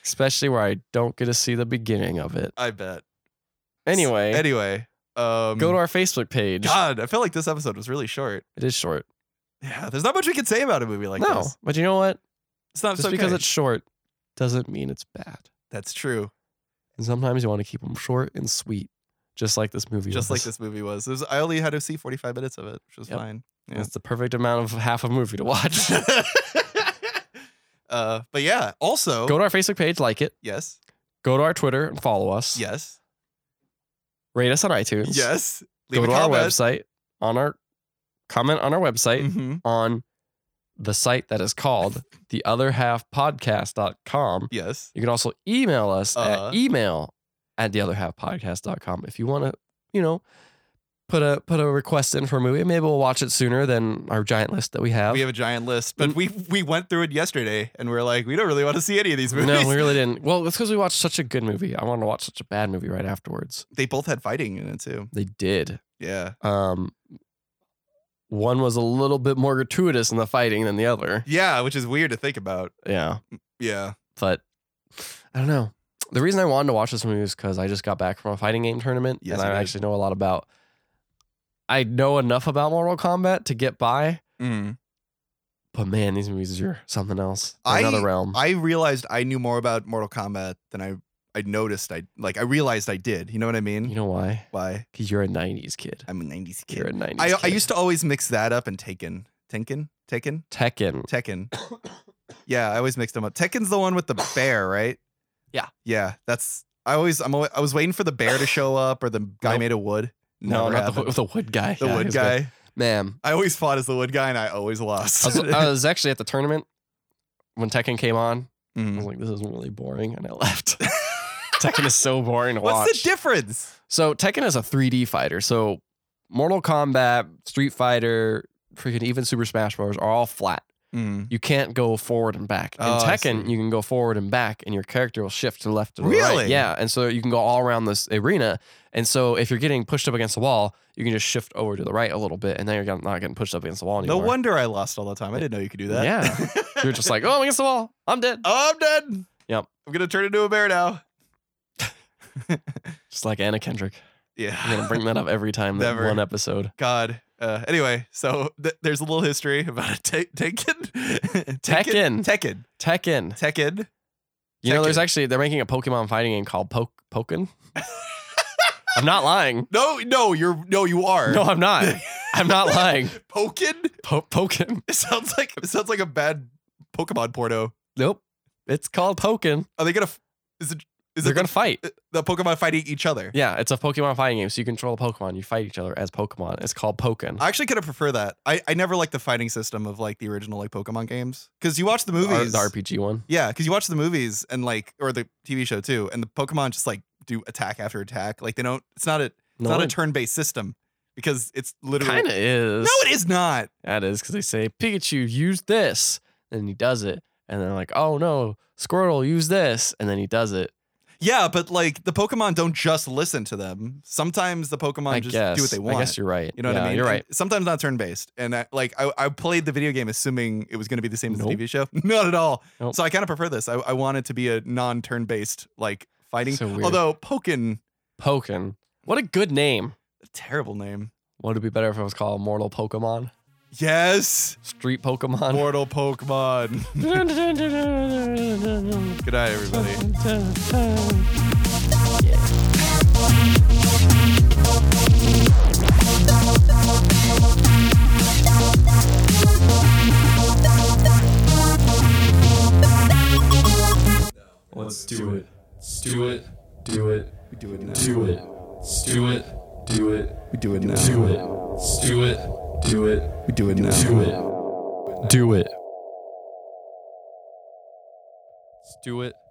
[SPEAKER 2] especially where I don't get to see the beginning of it.
[SPEAKER 1] *laughs* I bet.
[SPEAKER 2] Anyway,
[SPEAKER 1] Anyway. Um,
[SPEAKER 2] go to our Facebook page.
[SPEAKER 1] God, I felt like this episode was really short.
[SPEAKER 2] It is short.
[SPEAKER 1] Yeah, there's not much we can say about a movie like
[SPEAKER 2] no,
[SPEAKER 1] this.
[SPEAKER 2] but you know what?
[SPEAKER 1] It's not
[SPEAKER 2] Just
[SPEAKER 1] so
[SPEAKER 2] because
[SPEAKER 1] good.
[SPEAKER 2] it's short doesn't mean it's bad.
[SPEAKER 1] That's true.
[SPEAKER 2] And sometimes you want to keep them short and sweet, just like this movie.
[SPEAKER 1] Just like
[SPEAKER 2] was.
[SPEAKER 1] this movie was. There's- I only had to see 45 minutes of it, which was
[SPEAKER 2] Yep.
[SPEAKER 1] fine. *laughs* yeah.
[SPEAKER 2] It's the perfect amount of half a movie to watch. *laughs*
[SPEAKER 1] uh, but yeah, also,
[SPEAKER 2] go to our Facebook page, like it.
[SPEAKER 1] yes,
[SPEAKER 2] Go to our Twitter and follow us.
[SPEAKER 1] yes,
[SPEAKER 2] Rate us on iTunes.
[SPEAKER 1] yes.
[SPEAKER 2] Go to our website on our comment on our website
[SPEAKER 1] hmm
[SPEAKER 2] on the site that is
[SPEAKER 1] *laughs*
[SPEAKER 2] called the other half podcast.com.
[SPEAKER 1] Yes.
[SPEAKER 2] You can also email us
[SPEAKER 1] Uh-huh.
[SPEAKER 2] at email at the other half podcast.com if you want to, you know, put a put a request in for a movie. Maybe we'll watch it sooner than our giant list that we have.
[SPEAKER 1] We have a giant list, but we we went through it yesterday, and we're like, we don't really want to see any of
[SPEAKER 2] *laughs*
[SPEAKER 1] these movies.
[SPEAKER 2] No, we really didn't. Well, it's because we watched such a good movie. I wanted to watch such a bad movie right afterwards.
[SPEAKER 1] *laughs* they both had fighting in it too.
[SPEAKER 2] They did.
[SPEAKER 1] Yeah,
[SPEAKER 2] Um, one was a little bit more gratuitous in the fighting than the other.
[SPEAKER 1] yeah, which is weird to think about.
[SPEAKER 2] Yeah,
[SPEAKER 1] Yeah,
[SPEAKER 2] but I don't know. The reason I wanted to watch this movie is because I just got back from a fighting game tournament,
[SPEAKER 1] Yes,
[SPEAKER 2] and
[SPEAKER 1] you
[SPEAKER 2] I
[SPEAKER 1] did.
[SPEAKER 2] actually know a lot about. I know enough about Mortal Kombat to get by,
[SPEAKER 1] Mm.
[SPEAKER 2] but man, these movies are something else. They're
[SPEAKER 1] I-
[SPEAKER 2] another realm.
[SPEAKER 1] I realized I knew more about Mortal Kombat than I I noticed. I like I realized I did. You know what I mean?
[SPEAKER 2] you know why?
[SPEAKER 1] Why?
[SPEAKER 2] Because you're a '90s kid.
[SPEAKER 1] I'm a '90s
[SPEAKER 2] You're a
[SPEAKER 1] kid.
[SPEAKER 2] '90s.
[SPEAKER 1] I,
[SPEAKER 2] kid.
[SPEAKER 1] I used to always mix that up and Taken, Taken, Taken,
[SPEAKER 2] Tekken. *coughs*
[SPEAKER 1] Tekken. Yeah, I always mixed them up. Tekken's the one with the bear, right?
[SPEAKER 2] Yeah.
[SPEAKER 1] Yeah, that's. I always. I'm. Always, I was waiting for the
[SPEAKER 2] *coughs*
[SPEAKER 1] bear to show up or the guy
[SPEAKER 2] Nope.
[SPEAKER 1] made of wood.
[SPEAKER 2] No,
[SPEAKER 1] Never
[SPEAKER 2] not the,
[SPEAKER 1] happened.
[SPEAKER 2] wo- the wood guy.
[SPEAKER 1] The
[SPEAKER 2] Yeah,
[SPEAKER 1] wood
[SPEAKER 2] he's good.
[SPEAKER 1] guy.
[SPEAKER 2] Man,
[SPEAKER 1] I always fought as the wood guy and I always lost.
[SPEAKER 2] I was, I was actually at the tournament when Tekken came on. I *laughs*
[SPEAKER 1] *laughs*
[SPEAKER 2] was
[SPEAKER 1] Mm.
[SPEAKER 2] like, this is really boring, and I left. *laughs* Tekken is so boring to watch.
[SPEAKER 1] What's the difference?
[SPEAKER 2] so Tekken is a 3D fighter. So Mortal Kombat, Street Fighter, freaking even Super Smash Bros. are all flat. You can't go forward and back. In
[SPEAKER 1] Oh, I
[SPEAKER 2] Tekken,
[SPEAKER 1] see.
[SPEAKER 2] you can go forward and back, and your character will shift to the left and the right.
[SPEAKER 1] Really?
[SPEAKER 2] Yeah, and so you can go all around this arena. And so if you're getting pushed up against the wall, you can just shift over to the right a little bit, and then you're not getting pushed up against the wall
[SPEAKER 1] No
[SPEAKER 2] anymore.
[SPEAKER 1] wonder I lost all the time. I didn't know you could do that. *laughs*
[SPEAKER 2] Yeah. You're just like, oh, I'm against the wall. I'm dead.
[SPEAKER 1] oh, I'm dead.
[SPEAKER 2] Yep.
[SPEAKER 1] I'm gonna turn into a bear now.
[SPEAKER 2] Just like Anna Kendrick. I'm
[SPEAKER 1] Yeah.
[SPEAKER 2] gonna bring that up every time that
[SPEAKER 1] Never.
[SPEAKER 2] one episode.
[SPEAKER 1] *laughs* God. Uh, anyway, so th- there's a little history about a te- *laughs* Tekken.
[SPEAKER 2] Tekken.
[SPEAKER 1] Tekken.
[SPEAKER 2] Tekken.
[SPEAKER 1] Tekken.
[SPEAKER 2] You know, there's
[SPEAKER 1] Tekken.
[SPEAKER 2] actually they're making a Pokemon fighting game called Poke
[SPEAKER 1] *laughs*
[SPEAKER 2] Pokken. I'm not lying.
[SPEAKER 1] No, no, you're no, you are.
[SPEAKER 2] No,
[SPEAKER 1] *laughs*
[SPEAKER 2] I'm not. I'm not lying.
[SPEAKER 1] Pokken? *laughs*
[SPEAKER 2] Po- Pokken.
[SPEAKER 1] It sounds like it sounds like a bad Pokemon porno.
[SPEAKER 2] Nope. It's called Pokken.
[SPEAKER 1] Are they gonna? f- Is it? Is
[SPEAKER 2] They're
[SPEAKER 1] it *laughs*
[SPEAKER 2] gonna fight.
[SPEAKER 1] the, uh, the Pokemon fighting each other?
[SPEAKER 2] Yeah, it's a Pokemon fighting game. So you control the Pokemon. You fight each other as Pokemon. It's called Pokken.
[SPEAKER 1] I actually kind of prefer that. I, I never liked the fighting system of like the original like Pokemon games because you watch the
[SPEAKER 2] Our-
[SPEAKER 1] movies.
[SPEAKER 2] the RPG one.
[SPEAKER 1] Yeah, because you watch the movies and like or the TV show too, and the Pokemon just like do attack after attack. Like they don't. It's not a it's
[SPEAKER 2] No,
[SPEAKER 1] not a
[SPEAKER 2] it
[SPEAKER 1] turn based system because it's literally.
[SPEAKER 2] kind of is.
[SPEAKER 1] No, it is not.
[SPEAKER 2] That is because they say Pikachu use this, and he does it, and they're like, oh no, Squirtle use this, and then he does it.
[SPEAKER 1] Yeah, but like the Pokemon don't just listen to them. Sometimes the Pokemon
[SPEAKER 2] I
[SPEAKER 1] just
[SPEAKER 2] guess.
[SPEAKER 1] do what they want.
[SPEAKER 2] I guess you're right.
[SPEAKER 1] You know what
[SPEAKER 2] Yeah,
[SPEAKER 1] I mean?
[SPEAKER 2] You're
[SPEAKER 1] And
[SPEAKER 2] right.
[SPEAKER 1] sometimes not turn based, and I, like I, I played the video game assuming it was going to be the same
[SPEAKER 2] Nope.
[SPEAKER 1] as the TV show. *laughs* not at all.
[SPEAKER 2] Nope.
[SPEAKER 1] So I kind of prefer this. I, I want it to be a non turn based like fighting.
[SPEAKER 2] So weird.
[SPEAKER 1] Although Pokken,
[SPEAKER 2] Pokken. What a good name.
[SPEAKER 1] a terrible name.
[SPEAKER 2] Would it be better if it was called Mortal Pokemon?
[SPEAKER 1] Yes,
[SPEAKER 2] Street Pokemon?
[SPEAKER 1] Mortal Pokemon. *laughs*
[SPEAKER 2] *laughs*
[SPEAKER 1] Good night, everybody.
[SPEAKER 3] Let's do it. Let's do it. Do it. Do it. Let's do it. Do it.
[SPEAKER 1] We do it now.
[SPEAKER 3] Do it. Let's do it. Do it.
[SPEAKER 1] We do it now.
[SPEAKER 3] Do it. Do it.
[SPEAKER 2] Do it.